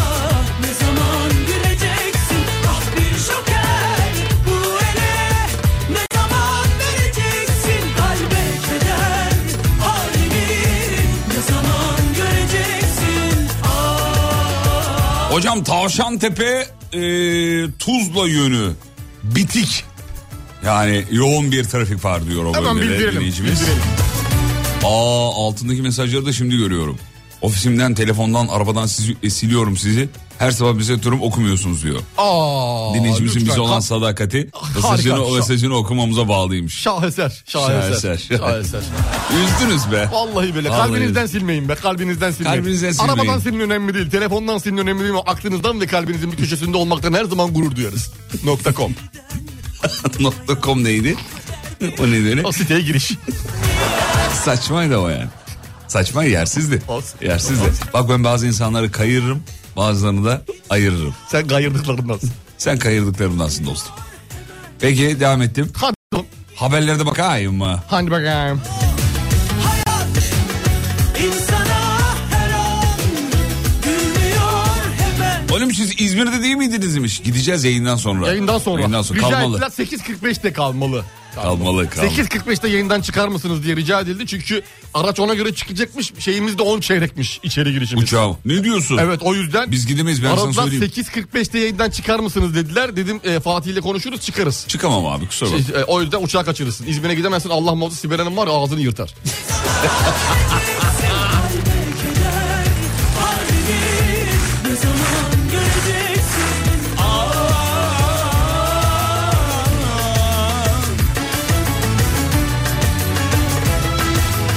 Speaker 6: ne zaman güleceksin Ah bir şoker bu ele ne zaman vereceksin Kalbe keder halimi ne zaman göreceksin Ah
Speaker 3: Hocam Tavşantepe e, Tuzla yönü bitik. Yani yoğun bir trafik var diyor o
Speaker 2: Hemen
Speaker 3: bölgede
Speaker 2: bildirelim.
Speaker 3: dinleyicimiz.
Speaker 2: bildirelim.
Speaker 3: Aa altındaki mesajları da şimdi görüyorum. Ofisimden, telefondan, arabadan sizi e, siliyorum sizi. Her sabah bize atıyorum okumuyorsunuz diyor.
Speaker 2: Aa,
Speaker 3: Dinleyicimizin
Speaker 2: lütfen.
Speaker 3: bize olan
Speaker 2: Ka-
Speaker 3: sadakati
Speaker 2: Harika,
Speaker 3: mesajını, o
Speaker 2: şah-
Speaker 3: mesajını okumamıza bağlıymış.
Speaker 2: Şaheser. Şaheser.
Speaker 3: Şaheser.
Speaker 2: Şaheser.
Speaker 3: Üzdünüz be.
Speaker 2: Vallahi böyle.
Speaker 3: Vallahi.
Speaker 2: Kalbinizden silmeyin be. Kalbinizden silmeyin.
Speaker 3: Kalbinizden silmeyin.
Speaker 2: Arabadan silin önemli değil. Telefondan silin önemli değil. Aklınızdan ve kalbinizin bir köşesinde olmaktan her zaman gurur duyarız. [laughs] Nokta com.
Speaker 3: Nokta com neydi? O neydi? öyle? [laughs]
Speaker 2: O siteye giriş.
Speaker 3: Saçmaydı o yani. Saçma yersizdi.
Speaker 2: Olsun.
Speaker 3: Yersizdi. Bak ben bazı insanları kayırırım bazılarını da ayırırım.
Speaker 2: Sen gayırdıklarındansın.
Speaker 3: Sen kayırdıklarımdansın dostum. Peki devam ettim.
Speaker 2: Hadi oğlum.
Speaker 3: Haberlere de bakayım mı?
Speaker 2: Hadi bakayım.
Speaker 6: Hayat insana her an gülmüyor hemen
Speaker 3: Oğlum siz İzmir'de değil miydiniz demiş. Gideceğiz yayından sonra.
Speaker 2: Yayından sonra.
Speaker 3: Yayından sonra
Speaker 2: Rica
Speaker 3: kalmalı.
Speaker 2: ettiler 8.45'te kalmalı.
Speaker 3: Kalmalı, kalmalı.
Speaker 2: 8.45'te yayından çıkar mısınız diye rica edildi. Çünkü araç ona göre çıkacakmış. Şeyimiz de 10 çeyrekmiş içeri girişimiz.
Speaker 3: Uçağım. Ne diyorsun?
Speaker 2: Evet o yüzden
Speaker 3: Biz gidemeyiz ben sana
Speaker 2: aradılar
Speaker 3: söyleyeyim.
Speaker 2: 8.45'te yayından çıkar mısınız dediler. Dedim e, Fatih ile konuşuruz çıkarız.
Speaker 3: Çıkamam abi kusura bakma.
Speaker 2: E, o yüzden uçağa kaçırırsın. İzmir'e gidemezsin. Allah muhafaza Sibel Hanım var ya, ağzını yırtar.
Speaker 6: Keder halini ne zaman göreceksin? Ağlar.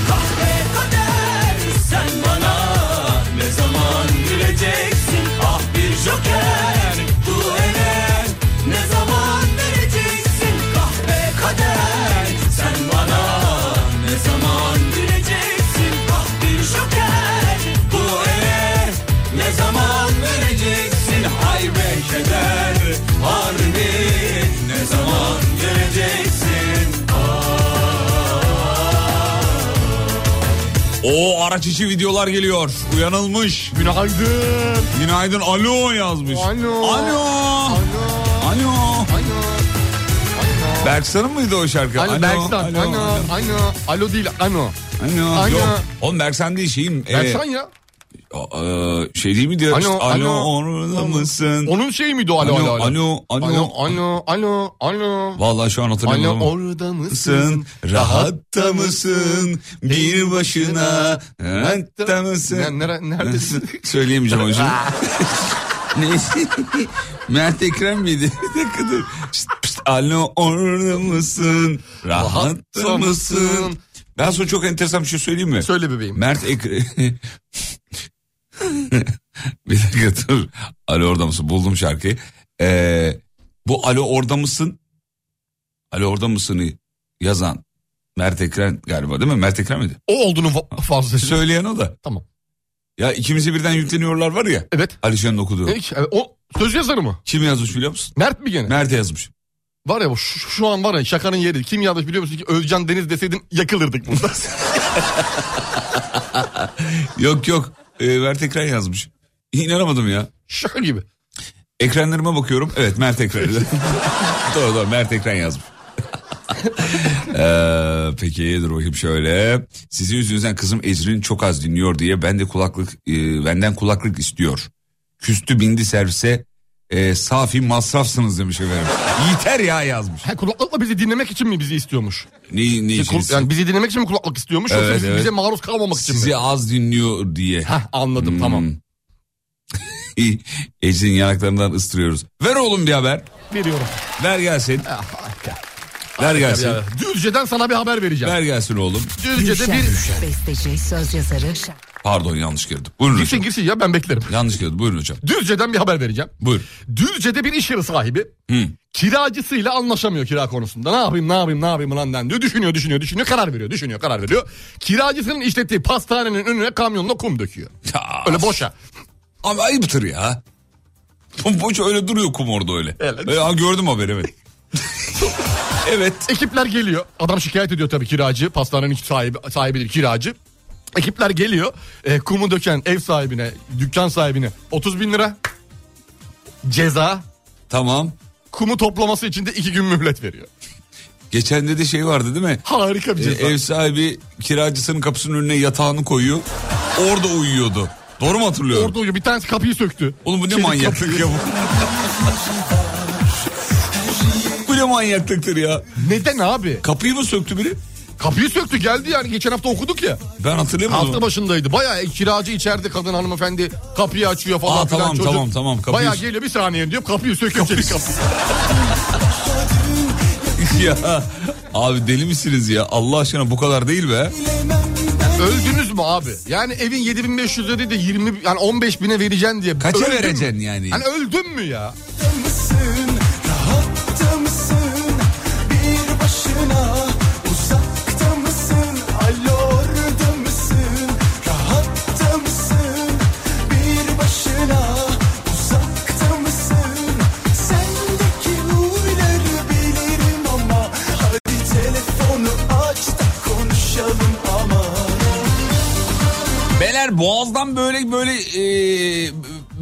Speaker 6: Kahve kader sen bana ne zaman güleceksin? Ah bir joker bu ele ne zaman vereceksin? Ah Kahve kader sen bana ne zaman güleceksin? Ah bir joker bu ele ne zaman vereceksin? Hay be keder harbi ne zaman göreceksin?
Speaker 3: O araç içi videolar geliyor. Uyanılmış.
Speaker 2: Günaydın.
Speaker 3: Günaydın alo yazmış.
Speaker 2: Alo.
Speaker 3: Alo. Alo. Berksan'ın mıydı o şarkı?
Speaker 2: Alo, Berksan. Alo, alo, Alo değil, ano.
Speaker 3: Alo.
Speaker 2: Alo.
Speaker 3: Yok. Oğlum Berksan değil şeyim. e,
Speaker 2: Berksan ya.
Speaker 3: a- a- şey değil mi diyor?
Speaker 2: Alo,
Speaker 3: Alo. Alo.
Speaker 2: alo.
Speaker 3: Orada mısın?
Speaker 2: Onun şeyi miydi o alo,
Speaker 3: Alo,
Speaker 2: alo, alo?
Speaker 3: alo, alo.
Speaker 2: alo, alo, alo, alo.
Speaker 3: Vallahi şu an hatırlamıyorum.
Speaker 2: Alo
Speaker 3: ama.
Speaker 2: orada mısın?
Speaker 3: mısın? Rahatta mısın? Bir başına rahatta mısın?
Speaker 2: Ne- nere- neredesin?
Speaker 3: Söyleyemeyeceğim hocam.
Speaker 2: Ah.
Speaker 3: [laughs] Neyse. Mert Ekrem miydi? [laughs] Bir dakika dur. Şşt, pşt, alo orada mısın? Rahatta
Speaker 2: Rahatta
Speaker 3: mısın?
Speaker 2: mısın?
Speaker 3: Ben sana çok enteresan bir şey söyleyeyim mi?
Speaker 2: Söyle bebeğim.
Speaker 3: Mert Ekrem... [laughs] bir dakika dur. Alo orada mısın? Buldum şarkıyı. Ee, bu Alo orada mısın? Alo orada mısın'ı yazan Mert Ekrem galiba değil mi? Mert Ekrem miydi?
Speaker 2: O olduğunu fa- fazlası.
Speaker 3: [laughs] Söyleyen o da.
Speaker 2: Tamam.
Speaker 3: Ya ikimize birden yükleniyorlar var ya.
Speaker 2: Evet.
Speaker 3: Alişan'ın okuduğu.
Speaker 2: Ne- e, O söz yazarı mı?
Speaker 3: Kim yazmış biliyor musun?
Speaker 2: Mert mi gene?
Speaker 3: Mert'e yazmış.
Speaker 2: Var ya bu şu, şu an var ya şakanın yeri. Kim yazmış biliyor musun ki Özcan Deniz deseydin yakılırdık
Speaker 3: [laughs]
Speaker 2: burada.
Speaker 3: Yok yok. Ee, Mert Ekren yazmış. İnanamadım ya.
Speaker 2: Şaka gibi.
Speaker 3: Ekranlarıma bakıyorum. Evet Mert Ekren. [laughs] doğru doğru Mert Ekren yazmış. [laughs] Ee, peki dur bakayım şöyle. Sizin yüzünüzden kızım Ecrin çok az dinliyor diye ben de kulaklık e, benden kulaklık istiyor. Küstü bindi servise e, safi masrafsınız demiş efendim. Yeter ya yazmış.
Speaker 2: Ha, kulaklıkla bizi dinlemek için mi bizi istiyormuş?
Speaker 3: Ne, ne
Speaker 2: Ki kul-
Speaker 3: işiniz?
Speaker 2: yani bizi dinlemek için mi kulaklık istiyormuş?
Speaker 3: Evet,
Speaker 2: yoksa bizi-
Speaker 3: evet.
Speaker 2: bize maruz kalmamak için mi?
Speaker 3: Sizi az dinliyor diye.
Speaker 2: Heh, anladım
Speaker 3: Hmm.
Speaker 2: tamam.
Speaker 3: Ecrin yanaklarından ıstırıyoruz. Ver oğlum bir haber.
Speaker 2: Veriyorum.
Speaker 3: Ver gelsin.
Speaker 2: Ah, harika.
Speaker 3: Ver gelsin.
Speaker 2: Ya, Düzce'den sana bir haber vereceğim.
Speaker 3: Ver gelsin oğlum.
Speaker 2: Düzce'de bir...
Speaker 4: Gülşen, besteci, söz yazarı, şarkı.
Speaker 3: Pardon yanlış girdim. Buyurun
Speaker 2: Girsin
Speaker 3: hocam.
Speaker 2: girsin ya ben beklerim.
Speaker 3: Yanlış girdim. Buyurun hocam.
Speaker 2: Düzce'den bir haber vereceğim.
Speaker 3: Buyur.
Speaker 2: Düzce'de bir iş yeri sahibi
Speaker 3: Hı.
Speaker 2: kiracısıyla anlaşamıyor kira konusunda. Ne yapayım ne yapayım ne yapayım lan den diyor. Düşünüyor düşünüyor düşünüyor karar veriyor düşünüyor karar veriyor. Kiracısının işlettiği pastanenin önüne kamyonla kum döküyor.
Speaker 3: Ya,
Speaker 2: Öyle boşa.
Speaker 3: Abi ayıptır ya. Bu Boş öyle duruyor kum orada öyle.
Speaker 2: Evet.
Speaker 3: E, ha, gördüm
Speaker 2: [laughs]
Speaker 3: haberi evet. evet.
Speaker 2: Ekipler geliyor. Adam şikayet ediyor tabii kiracı. Pastanenin sahibi, sahibi değil kiracı. Ekipler geliyor. E, kumu döken ev sahibine, dükkan sahibine 30 bin lira ceza.
Speaker 3: Tamam.
Speaker 2: Kumu toplaması için de 2 gün mühlet veriyor.
Speaker 3: Geçen de de şey vardı değil mi?
Speaker 2: Harika bir
Speaker 3: E,
Speaker 2: ceza.
Speaker 3: ev sahibi kiracısının kapısının önüne yatağını koyuyor. Orada uyuyordu. Doğru mu hatırlıyorum?
Speaker 2: Orada uyuyor. Bir tanesi kapıyı söktü.
Speaker 3: Oğlum bu ne
Speaker 2: Çelik
Speaker 3: manyaklık
Speaker 2: kapıyı.
Speaker 3: ya bu. [laughs] bu ne manyaklıktır ya.
Speaker 2: Neden abi?
Speaker 3: Kapıyı mı söktü biri?
Speaker 2: Kapıyı söktü geldi yani. Geçen hafta okuduk ya.
Speaker 3: Ben hatırlayamadım.
Speaker 2: Hafta başındaydı. Bayağı kiracı içeride kadın hanımefendi kapıyı açıyor falan
Speaker 3: Aa,
Speaker 2: filan.
Speaker 3: tamam,
Speaker 2: Çocuk
Speaker 3: tamam, tamam. Kapıyı-
Speaker 2: Bayağı geliyor bir saniye diyor kapıyı söküyor. Kapıyı...
Speaker 3: [laughs] ya abi deli misiniz ya? Allah aşkına bu kadar değil be.
Speaker 2: Öldünüz mü abi? Yani evin 7500 lirayı da 20 yani 15 bine vereceksin diye.
Speaker 3: Kaça
Speaker 2: Öldün mü?
Speaker 3: vereceksin yani?
Speaker 2: Hani öldün mü ya?
Speaker 6: mısın? Rahatta mısın? Bir başına uzakta mısın? Alo orada mısın?
Speaker 3: Yani Boğaz'dan böyle böyle e,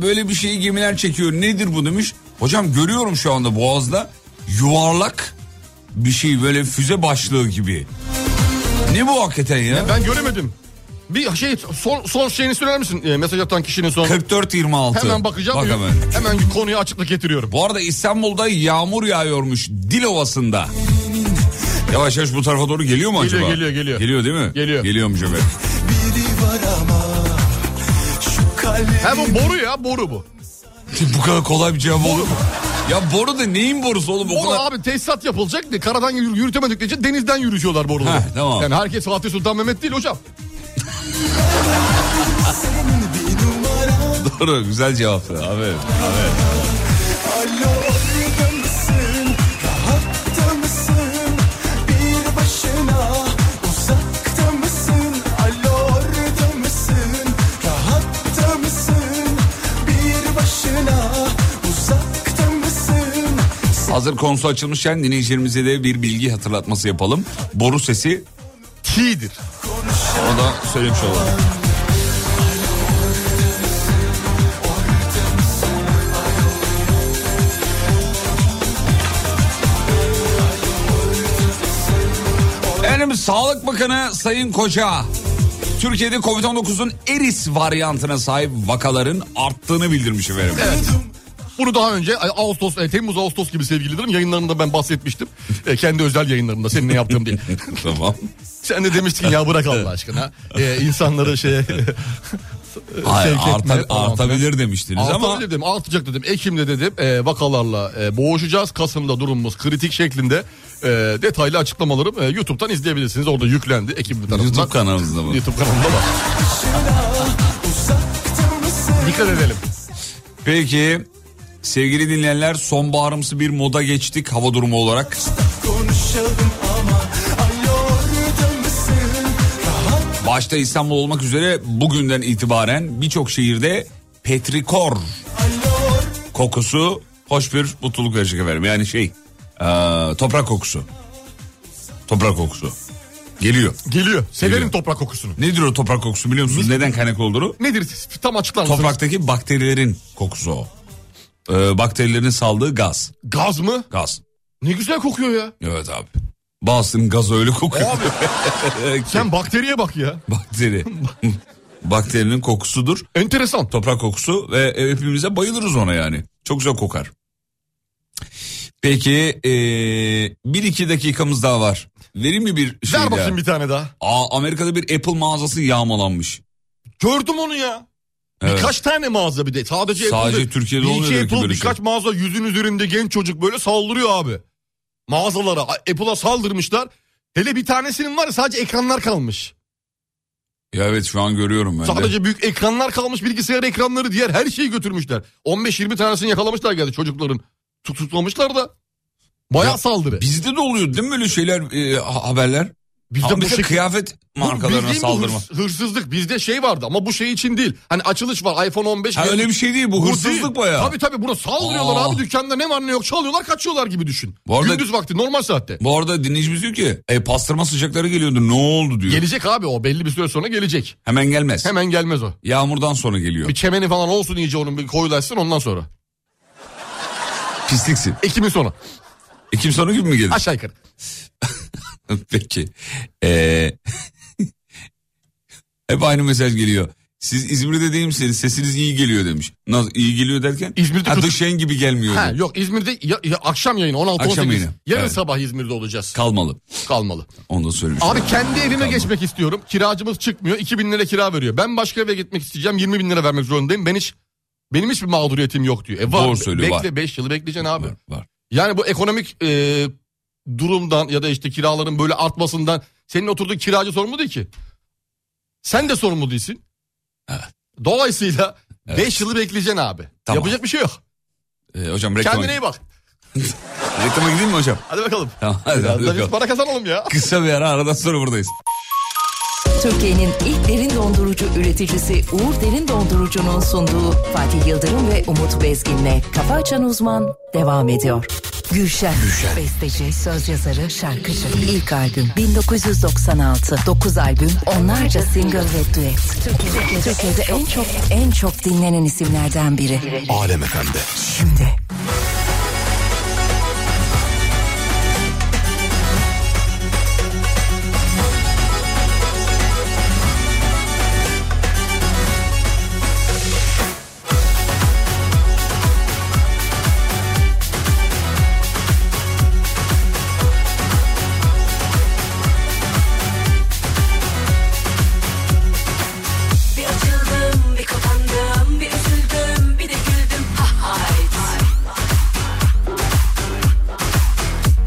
Speaker 3: böyle bir şeyi gemiler çekiyor. Nedir bu demiş. Hocam görüyorum şu anda Boğaz'da yuvarlak bir şey böyle füze başlığı gibi. Ne bu hakikaten ya?
Speaker 2: Ben göremedim. Bir şey son, son şeyini söyler misin? E, mesaj atan kişinin son.
Speaker 3: 44-26.
Speaker 2: Hemen bakacağım.
Speaker 3: Bak hemen.
Speaker 2: hemen konuya açıklık getiriyorum.
Speaker 3: Bu arada İstanbul'da yağmur yağıyormuş Dilovası'nda. Yavaş yavaş bu tarafa doğru geliyor mu
Speaker 2: Geliyor,
Speaker 3: acaba?
Speaker 2: geliyor, geliyor.
Speaker 3: Geliyor değil mi?
Speaker 2: Geliyor.
Speaker 3: Geliyormuş efendim.
Speaker 6: biri var ama şu kalbim
Speaker 2: Ha bu boru ya boru bu.
Speaker 3: [laughs] bu kadar kolay bir cevap olur mu? Ya boru da neyin borusu oğlum? O
Speaker 2: Boru
Speaker 3: kadar...
Speaker 2: abi tesisat yapılacak diye karadan yürü- yürütemedikleri için denizden yürütüyorlar boruları.
Speaker 3: Heh, tamam.
Speaker 2: Yani herkes Fatih Sultan Mehmet değil hocam.
Speaker 6: bir numara
Speaker 3: [laughs] Doğru güzel cevap. Abi.
Speaker 6: Alo orada mısın? Rahatta mısın? Bir başına uzakta mısın? Alo orada mısın? Rahatta mısın? Bir başına uzakta mısın?
Speaker 3: Hazır konusu açılmışken dinleyicilerimize de bir bilgi hatırlatması yapalım. Boru sesi
Speaker 2: T'dir.
Speaker 3: onu da söylemiş olalım. Efendim Sağlık Bakanı Sayın Koca Türkiye'de Covid-19'un Eris varyantına sahip vakaların arttığını bildirmiş efendim.
Speaker 2: [laughs] Bunu daha önce ay, Ağustos, e, Temmuz Ağustos gibi sevgililerim yayınlarında ben bahsetmiştim. E, kendi özel yayınlarımda seninle yaptığım
Speaker 3: [laughs]
Speaker 2: değil.
Speaker 3: tamam.
Speaker 2: Sen de demiştin ya bırak Allah aşkına. E, insanları
Speaker 3: [laughs]
Speaker 2: şeye [laughs]
Speaker 3: Hayır,
Speaker 2: Sevk etme falan
Speaker 3: arta-
Speaker 2: filan.
Speaker 3: artabilir demiştiniz ama
Speaker 2: Artabilir dedim, artacak dedim. Ekim'de dedim e, vakalarla e, boğuşacağız. Kasım'da durumumuz kritik şeklinde. E, detaylı açıklamalarım e, YouTube'dan izleyebilirsiniz. Orada yüklendi Ekim tarafından.
Speaker 3: YouTube kanalımızda mı?
Speaker 2: YouTube kanalında var. Dikkat edelim.
Speaker 3: Peki sevgili dinleyenler sonbaharımsı bir moda geçtik hava durumu olarak.
Speaker 6: Konuşalım ama Alo orada mısın?
Speaker 3: Başta İstanbul olmak üzere bugünden itibaren birçok şehirde petrikor kokusu hoş bir mutluluk verecek efendim. Yani şey e, toprak kokusu. Toprak kokusu. Geliyor.
Speaker 2: Geliyor. Severim
Speaker 3: Geliyor.
Speaker 2: toprak kokusunu.
Speaker 3: Nedir o toprak kokusu biliyor musunuz? Neden kaynak olduğunu?
Speaker 2: Nedir? Tam açıklar mısınız?
Speaker 3: Topraktaki bakterilerin kokusu o. E, bakterilerin saldığı gaz.
Speaker 2: Gaz mı?
Speaker 3: Gaz.
Speaker 2: Ne güzel kokuyor ya.
Speaker 3: Evet abi. Bazısının gazı öyle kokuyor.
Speaker 2: E Abi
Speaker 3: [laughs] Şey-
Speaker 2: sen bakteriye bak ya.
Speaker 3: Bakteri. [laughs] Bakterinin kokusudur.
Speaker 2: Enteresan.
Speaker 3: Toprak kokusu ve e, hepimize bayılırız ona yani. Çok güzel kokar. Peki e, bir iki dakikamız daha var. Verimli bir
Speaker 2: Ver
Speaker 3: şey daha.
Speaker 2: bakayım bir tane daha.
Speaker 3: Aa, Amerika'da bir Apple mağazası yağmalanmış.
Speaker 2: Gördüm onu ya.
Speaker 3: Evet.
Speaker 2: Birkaç tane mağaza bir de. Sadece, Apple'da-
Speaker 3: Sadece Türkiye'de
Speaker 2: bir iki
Speaker 3: olmuyor demek ki
Speaker 2: Apple,
Speaker 3: böyle şey.
Speaker 2: birkaç mağaza yüzün üzerinde genç çocuk böyle saldırıyor abi. Mağazalara Apple'a saldırmışlar. Hele bir tanesinin var ya sadece ekranlar kalmış.
Speaker 3: Ya evet şu an görüyorum ben de.
Speaker 2: Sadece büyük ekranlar kalmış bilgisayar ekranları diğer her şeyi götürmüşler. 15-20 tanesini yakalamışlar geldi çocukların. Tutuklamışlar da. Bayağı
Speaker 3: Ya
Speaker 2: saldırı.
Speaker 3: Bizde de oluyor değil mi böyle şeyler e, ha- haberler?
Speaker 2: Bizde
Speaker 3: Ama
Speaker 2: bu
Speaker 3: bize
Speaker 2: şekil-
Speaker 3: kıyafet
Speaker 2: Bu
Speaker 3: markalarına
Speaker 2: bildiğin bu
Speaker 3: şey saldırma.
Speaker 2: hırs- hırsızlık bizde şey vardı ama bu şey için değil. Hani açılış var iPhone 15.
Speaker 3: Ha,
Speaker 2: gelmiş.
Speaker 3: öyle bir şey değil bu
Speaker 2: Bu
Speaker 3: hırsızlık
Speaker 2: değil.
Speaker 3: bayağı.
Speaker 2: Tabii tabii buna saldırıyorlar
Speaker 3: Aa.
Speaker 2: abi dükkanda ne var ne yok çalıyorlar kaçıyorlar gibi düşün.
Speaker 3: Bu arada-
Speaker 2: Gündüz vakti normal saatte.
Speaker 3: Bu arada dinleyicimiz diyor ki e, pastırma sıcakları geliyordu ne oldu diyor.
Speaker 2: Gelecek abi o belli bir süre sonra gelecek.
Speaker 3: Hemen gelmez.
Speaker 2: Hemen gelmez o.
Speaker 3: Yağmurdan sonra
Speaker 2: Bir
Speaker 3: geliyor.
Speaker 2: çemeni falan olsun iyice onun bir koyulaşsın ondan sonra.
Speaker 3: Pisliksin. E,
Speaker 2: Ekim'in sonu
Speaker 3: Ekim sonu gibi mi gelir?
Speaker 2: aşağı yukarı.
Speaker 3: [laughs] Peki. Ee, [laughs] hep aynı mesaj geliyor. Siz İzmir'de değil misiniz? Sesiniz iyi geliyor demiş. Nasıl iyi geliyor derken?
Speaker 2: İzmir'de
Speaker 3: ha,
Speaker 2: çok-
Speaker 3: dış yayın gibi gelmiyor.
Speaker 2: Ha,
Speaker 3: diyor.
Speaker 2: yok İzmir'de ya- ya akşam yayını 16-18.
Speaker 3: Akşam yayını,
Speaker 2: Yarın
Speaker 3: evet.
Speaker 2: sabah İzmir'de olacağız.
Speaker 3: Kalmalı.
Speaker 2: Kalmalı.
Speaker 3: Onu da söylemiş.
Speaker 2: Abi kendi evime geçmek istiyorum. Kiracımız çıkmıyor. 2000 lira kira veriyor. Ben başka eve gitmek isteyeceğim. 20 bin lira vermek zorundayım. Ben hiç benim hiçbir mağduriyetim yok diyor. E var.
Speaker 3: Doğru söylüyor,
Speaker 2: Bekle
Speaker 3: var.
Speaker 2: 5 yılı bekleyeceksin abi.
Speaker 3: şey Var, var.
Speaker 2: Yani bu ekonomik e, durumdan ya da işte kiraların böyle artmasından senin oturduğun kiracı sorumlu değil ki. Sen de sorumlu değilsin. Dolayısıyla 5 yılı bekleyeceksin abi.
Speaker 3: Tamam.
Speaker 2: Yapacak bir şey yok.
Speaker 3: Ee, hocam reklama,
Speaker 2: Kendine iyi bak.
Speaker 3: reklama gideyim mi hocam?
Speaker 2: Hadi bakalım.
Speaker 3: Tamam, hadi,
Speaker 2: Biraz
Speaker 3: hadi
Speaker 2: da biz
Speaker 3: bakalım.
Speaker 2: para kazanalım ya.
Speaker 3: Kısa bir ara aradan sonra buradayız.
Speaker 4: Türkiye'nin ilk derin dondurucu üreticisi Uğur Derin Dondurucu'nun sunduğu Fatih Yıldırım ve Umut Bezgin'le Kafa Açan Uzman devam ediyor. Gülşen. Besteci, söz yazarı, şarkıcı. İlk albüm 1996. 9 albüm, onlarca single ve düet. Türkiye'de, Türkiye'de en çok en çok dinlenen isimlerden biri.
Speaker 7: Alem Efendi.
Speaker 4: Şimdi.
Speaker 5: Bir açıldım, bir kapandım, bir üzüldüm, bir de güldüm. Ha hayt.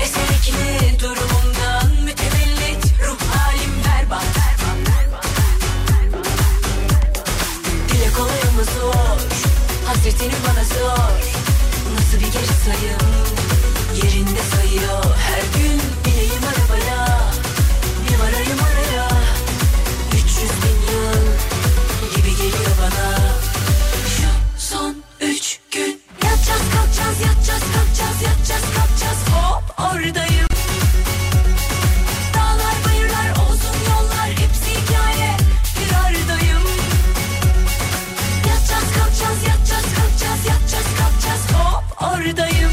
Speaker 5: Eserikli durumumdan mütevellit, ruh halim berbat. Dile kolayımı zor, hasretini bana zor. Nasıl bir geri sayım, yerinde sayıyor. Her gün bineyim arabaya, bir varayım araya. 300 bin yıl gibi geliyor bana Şu son üç gün Yatacağız kalkacağız yatacağız kalkacağız yatacağız kalkacağız Hop oradayım Dağlar bayırlar uzun yollar hepsi hikaye Bir aradayım Yatacağız kalkacağız yatacağız kalkacağız yatacağız kalkacağız Hop oradayım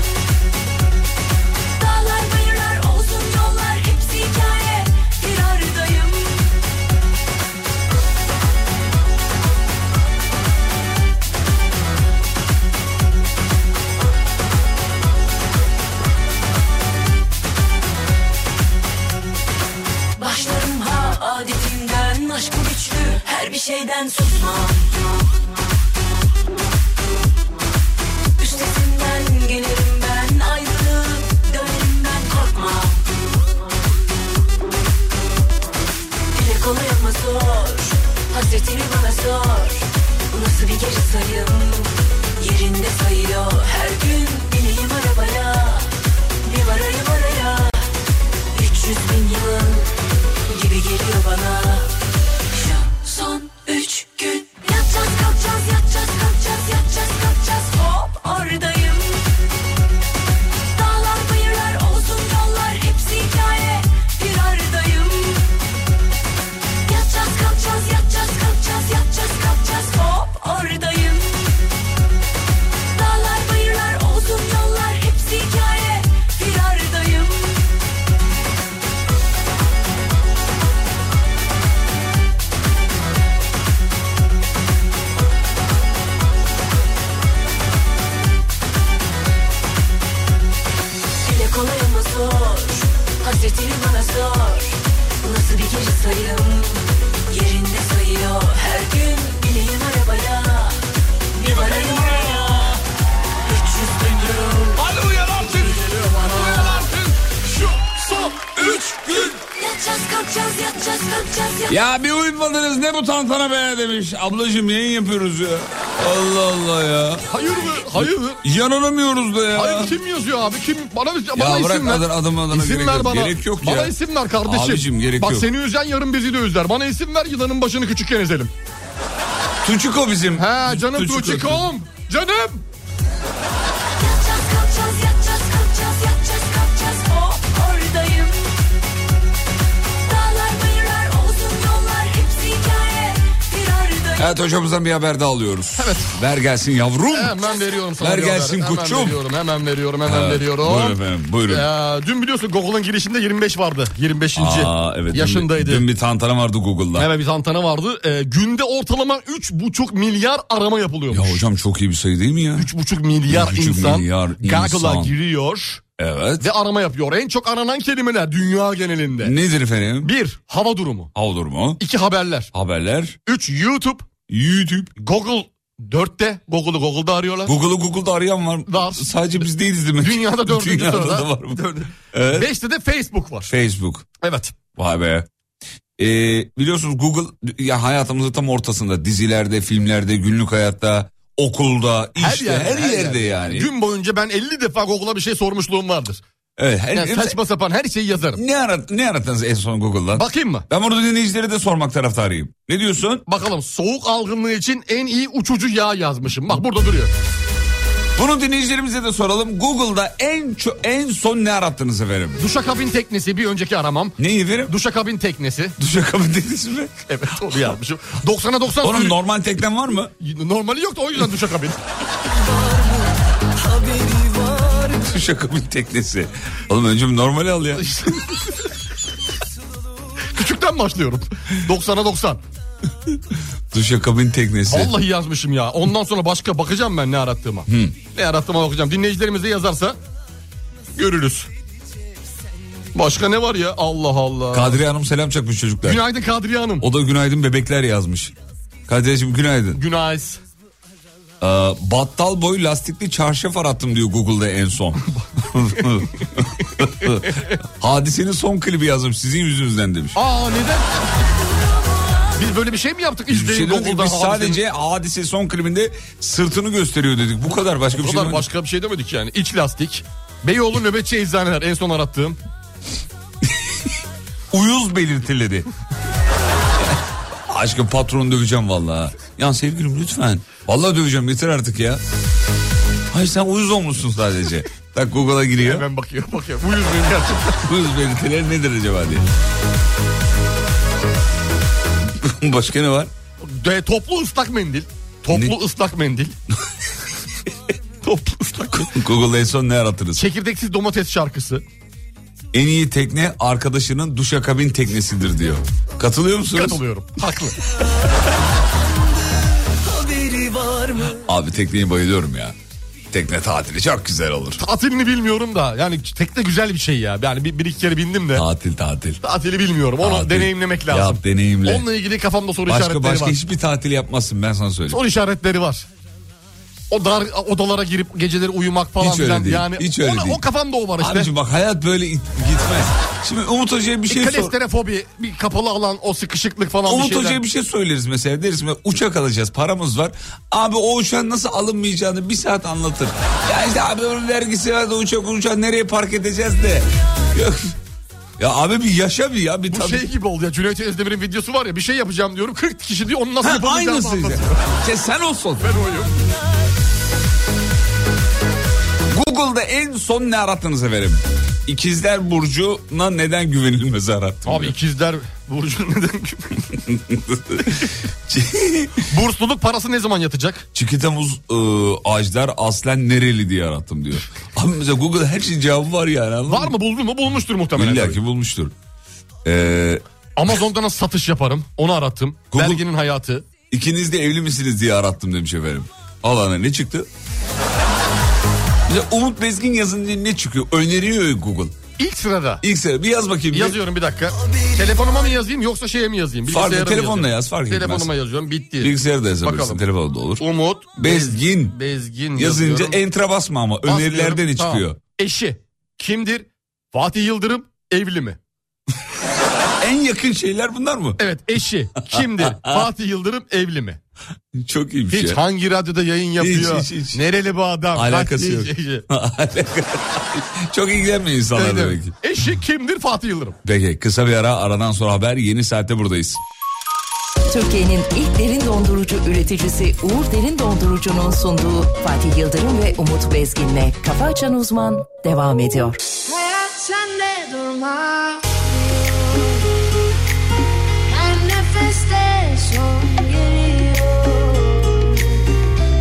Speaker 5: Dağlar bayırlar uzun yollar hepsi hikaye Bir aradayım Başlarım ha adetimden Aşk bu güçlü her bir şeyden susmam Üstesinden gelirim ben Ayrılıp dönerim ben korkmam Dile kolay ama zor Hasretini bana sor Bu nasıl bir geri sayım Yerinde sayıyor her gün Bineyim arabaya Bir varayım araya 300 bin yıl gibi geliyor bana Şu son üç gün Yatacağız kalkacağız yatacağız kalkacağız yatacağız kalkacağız Hop oradayım Dağlar bayırlar uzun yollar hepsi hikaye Bir aradayım Yatacağız kalkacağız yatacağız kalkacağız yatacağız kalkacağız Hop oradayım Dağlar bayırlar uzun yollar hepsi hikaye Bir aradayım Dile kolay ama zor Hasretini bana sor Nasıl bir geri sayım Yerinde sayıyor Her gün bineyim arabaya Bir varayım oraya 300 bin yıl
Speaker 3: Hadi uyan artık. Uyan artık. Şu son üç gün.
Speaker 5: Yatacağız kalkacağız yatacağız kalkacağız yatacağız
Speaker 3: Ya bir uyutmadınız ne bu tantana be demiş. Ablacığım yayın yapıyoruz ya. Allah Allah ya.
Speaker 2: Hayır mı? Hayır mı?
Speaker 3: Yanılamıyoruz da ya.
Speaker 2: Hayır şey- kim yazıyor abi? Kim bana bana
Speaker 3: bırak
Speaker 2: isim ver.
Speaker 3: adı- adım adına
Speaker 2: İsim
Speaker 3: gerek
Speaker 2: ver
Speaker 3: yok.
Speaker 2: Bana.
Speaker 3: Gerek yok ya.
Speaker 2: Bana isim ver kardeşim.
Speaker 3: Abicim gerek
Speaker 2: Bak
Speaker 3: yok.
Speaker 2: seni üzen yarın bizi de üzer. Bana isim ver yılanın başını küçükken ezelim.
Speaker 3: Tuçiko bizim.
Speaker 2: He canım
Speaker 3: Tuçiko.
Speaker 2: Tuğçikom. Canım.
Speaker 5: kalkacağız yatacağız kalkacağız yatacağız kalkacağız Hop oradayım Dağlar bayırlar uzun yollar Hepsi hikaye bir aradayım
Speaker 3: Evet hocamızdan bir haber daha alıyoruz. Evet. Ver gelsin yavrum.
Speaker 2: Hemen veriyorum sana.
Speaker 3: Ver
Speaker 2: bir haber.
Speaker 3: gelsin koçum.
Speaker 2: Hemen veriyorum, hemen veriyorum, hemen
Speaker 3: Evet,
Speaker 2: veriyorum.
Speaker 3: buyurun efendim, buyurun.
Speaker 2: Ya, dün biliyorsun Google'ın girişinde 25 vardı. 25.
Speaker 3: Aa, evet, dün bir-
Speaker 2: yaşındaydı.
Speaker 3: Dün, bir tantana vardı Google'da.
Speaker 2: Hemen bir tantana vardı. Ee, günde ortalama 3,5 milyar arama yapılıyormuş.
Speaker 3: Ya hocam çok iyi bir sayı değil mi ya?
Speaker 2: 3,5 milyar
Speaker 3: 3,5
Speaker 2: insan
Speaker 3: milyar
Speaker 2: Google'a
Speaker 3: insan.
Speaker 2: giriyor
Speaker 3: Evet.
Speaker 2: ve arama yapıyor. En çok aranan kelimeler dünya genelinde.
Speaker 3: Nedir efendim?
Speaker 2: Bir, hava durumu.
Speaker 3: Ha Olur mu?
Speaker 2: İki, haberler.
Speaker 3: Haberler.
Speaker 2: Üç, YouTube.
Speaker 3: YouTube.
Speaker 2: Google. Dörtte. Google'ı Google'da arıyorlar.
Speaker 3: Google'ı Google'da arayan var.
Speaker 2: Var.
Speaker 3: Sadece biz değiliz [laughs] demek.
Speaker 2: Dünyada dördüncü
Speaker 3: Dünyada
Speaker 2: sırada.
Speaker 3: da var mı?
Speaker 2: Dördüncü.
Speaker 3: Evet.
Speaker 2: Beşte de Facebook var.
Speaker 3: Facebook.
Speaker 2: Evet.
Speaker 3: Vay be. Ee, biliyorsunuz Google ya hayatımızın tam ortasında dizilerde, filmlerde, günlük hayatta, okulda, işte her yerde, yani.
Speaker 2: Gün boyunca ben 50 defa Google'a bir şey sormuşluğum vardır.
Speaker 3: Evet, her-
Speaker 2: Yani saçma sapan her şeyi yazarım.
Speaker 3: Ne, arat, ne arattınız en son Google'dan?
Speaker 2: Bakayım mı?
Speaker 3: Ben burada dinleyicileri de sormak taraftarıyım. Ne diyorsun?
Speaker 2: Bakalım soğuk algınlığı için en iyi uçucu yağ yazmışım. Bak burada duruyor.
Speaker 3: Bu Bunu dinleyicilerimize de soralım. Google'da en ço- en son ne arattınız efendim?
Speaker 2: Duşakabin teknesi bir önceki aramam.
Speaker 3: Ne efendim?
Speaker 2: Duşakabin teknesi.
Speaker 3: Duşakabin teknesi mi?
Speaker 2: Evet onu yapmışım. 90'a 90
Speaker 3: Onun
Speaker 2: suyu-
Speaker 3: normal teknem var mı?
Speaker 2: normali yoktu o yüzden duşakabin.
Speaker 3: [laughs] Duşakabin teknesi. Oğlum önce bir normali al
Speaker 2: [laughs]
Speaker 3: ya.
Speaker 2: Küçükten başlıyorum. 90'a 90.
Speaker 3: Duşakabin teknesi.
Speaker 2: Vallahi yazmışım ya. Ondan sonra başka bakacağım ben ne arattığıma.
Speaker 3: Hmm.
Speaker 2: Ne arattığıma bakacağım. Dinleyicilerimiz de yazarsa görürüz. Başka ne var ya? Allah Allah.
Speaker 3: Kadriye Hanım selam çakmış çocuklar.
Speaker 2: Günaydın Kadriye Hanım.
Speaker 3: O da günaydın bebekler yazmış. Kadir'cim günaydın.
Speaker 2: Günaydın.
Speaker 3: Ee, battal boy lastikli çarşaf arattım diyor Google'da
Speaker 2: [laughs]
Speaker 3: en son. Hadisenin son klibi yazmış sizin yüzünüzden demiş.
Speaker 2: Aa neden? Biz böyle bir şey mi yaptık?
Speaker 3: Biz bir şey
Speaker 2: İzleyin
Speaker 3: demedik,
Speaker 2: Google'da
Speaker 3: biz
Speaker 2: hadisenin-
Speaker 3: sadece hadise son klibinde sırtını gösteriyor dedik. Bu kadar başka
Speaker 2: O
Speaker 3: bir şey
Speaker 2: kadar
Speaker 3: demedik.
Speaker 2: başka bir şey demedik yani. İç lastik. Beyoğlu nöbetçi eczaneler en son arattığım.
Speaker 3: Uyuz belirtileri. Aşkım patronu döveceğim valla. Ya sevgilim lütfen. Valla döveceğim yeter artık ya. Hayır sen uyuz olmuşsun sadece. Bak Google'a giriyor.
Speaker 2: Hemen bakıyor bakıyor. Bu yüz benim gerçekten.
Speaker 3: Uyuz belirtileri nedir acaba diye. [laughs] Başka ne var?
Speaker 2: De, toplu ıslak mendil. Toplu
Speaker 3: Ne?
Speaker 2: ıslak
Speaker 3: [laughs]
Speaker 2: mendil. toplu ıslak mendil.
Speaker 3: Google'da en son ne arattınız?
Speaker 2: Çekirdeksiz domates şarkısı.
Speaker 3: En iyi tekne arkadaşının duşakabin teknesidir diyor. Katılıyor musunuz?
Speaker 2: Katılıyorum. Haklı.
Speaker 3: Abi tekneye bayılıyorum ya. Tekne tatili çok güzel olur.
Speaker 2: Tatilini bilmiyorum da yani tekne güzel bir şey ya. Yani bir, bir iki kere bindim de.
Speaker 3: Tatil tatil.
Speaker 2: Tatili bilmiyorum. Onu
Speaker 3: Tatil.
Speaker 2: deneyimlemek lazım.
Speaker 3: Yap, deneyimle.
Speaker 2: Onunla ilgili kafamda soru
Speaker 3: Başka
Speaker 2: işaretleri
Speaker 3: başka
Speaker 2: var.
Speaker 3: hiçbir tatil yapmazsın ben sana söyleyeyim.
Speaker 2: Soru işaretleri var. O dar odalara girip geceleri uyumak falan
Speaker 3: Hiç öyle
Speaker 2: filan.
Speaker 3: değil,
Speaker 2: Yani
Speaker 3: hiç öyle
Speaker 2: ona-
Speaker 3: değil.
Speaker 2: o kafamda o var işte.
Speaker 3: Abicim bak hayat böyle it- gitmez. Şimdi Umut Hoca'ya bir şey sor.
Speaker 2: Kalesterefobi, bir kapalı alan, o sıkışıklık falan bir
Speaker 3: Umut
Speaker 2: şeyler.
Speaker 3: Hoca'ya bir şey söyleriz mesela deriz ki, uçak alacağız paramız var. Abi o uçağın nasıl alınmayacağını bir saat anlatır. Ya işte abi onun vergisi var da uçak uçağı nereye park edeceğiz de. Yok. Ya abi bir yaşa bir ya bir
Speaker 2: Bu
Speaker 3: tabii.
Speaker 2: şey gibi oldu ya. Cüneyt Özdemir'in videosu var ya bir şey yapacağım diyorum. 40 kişi diyor onu nasıl
Speaker 3: Ha,
Speaker 2: yapamayacağımı
Speaker 3: aynısı.
Speaker 2: anlatıyor.
Speaker 3: İşte sen olsun.
Speaker 2: Ben oyum.
Speaker 3: Google'da en son ne arattınız efendim? İkizler Burcu'na neden güvenilmez arattım.
Speaker 2: Abi ikizler Burcu neden? [laughs] Bursluluk parası ne zaman yatacak?
Speaker 3: Çikitamuz Ajdar e, aslen nereli diye
Speaker 2: [laughs]
Speaker 3: arattım diyor. Abi mesela Google'da her şeyin cevabı var yani. anladın
Speaker 2: Var mı buldun mu? Bulmuştur muhtemelen.
Speaker 3: İlla ki bulmuştur. Ee,
Speaker 2: Amazon'da nasıl satış yaparım? Onu arattım.
Speaker 3: Google-
Speaker 2: Belgenin hayatı.
Speaker 3: ikiniz de evli misiniz diye arattım demiş efendim. Alana ne çıktı? Mesela Umut Bezgin yazınca ne çıkıyor? Öneriyor ya Google.
Speaker 2: İlk sırada.
Speaker 3: İlk sefer bir yaz bakayım. bir.
Speaker 2: Yazıyorum bir dakika. Telefonuma mı yazayım yoksa şeye mi yazayım?
Speaker 3: Fark
Speaker 2: Bilgisayara
Speaker 3: et,
Speaker 2: mı
Speaker 3: telefonla
Speaker 2: yazayım?
Speaker 3: yaz, fark etmez.
Speaker 2: Telefonuma yazıyorum bitti.
Speaker 3: Bilgisayarda yazabilirsin.
Speaker 2: Bakalım.
Speaker 3: Telefonda da olur.
Speaker 2: Umut
Speaker 3: Bezgin.
Speaker 2: Bezgin
Speaker 3: Yazınca
Speaker 2: yazıyorum.
Speaker 3: entra basma ama. Önerilerden ne
Speaker 2: Basmıyorum. Tamam.
Speaker 3: çıkıyor?
Speaker 2: Eşi kimdir? Fatih Yıldırım evli mi?
Speaker 3: En yakın şeyler bunlar mı? [laughs]
Speaker 2: Evet eşi kimdir? Fatih Yıldırım evli mi?
Speaker 3: Çok iyi bir
Speaker 2: Hiç
Speaker 3: şey.
Speaker 2: hangi radyoda yayın yapıyor?
Speaker 3: hiç, hiç.
Speaker 2: Nereli bu adam?
Speaker 3: Alakası
Speaker 2: Kaç-
Speaker 3: yok. Çok ilgilenmiyor insanlar
Speaker 2: Evet,
Speaker 3: demek
Speaker 2: evet.
Speaker 3: ki.
Speaker 2: Şey Eşi kimdir Fatih Yıldırım?
Speaker 3: Peki kısa bir ara aradan sonra haber yeni saatte buradayız.
Speaker 4: Türkiye'nin ilk derin dondurucu üreticisi Uğur Derin Dondurucu'nun sunduğu Fatih Yıldırım ve Umut Bezgin'le Kafa Açan Uzman devam ediyor.
Speaker 7: Hayat sende durma Her nefeste son geliyor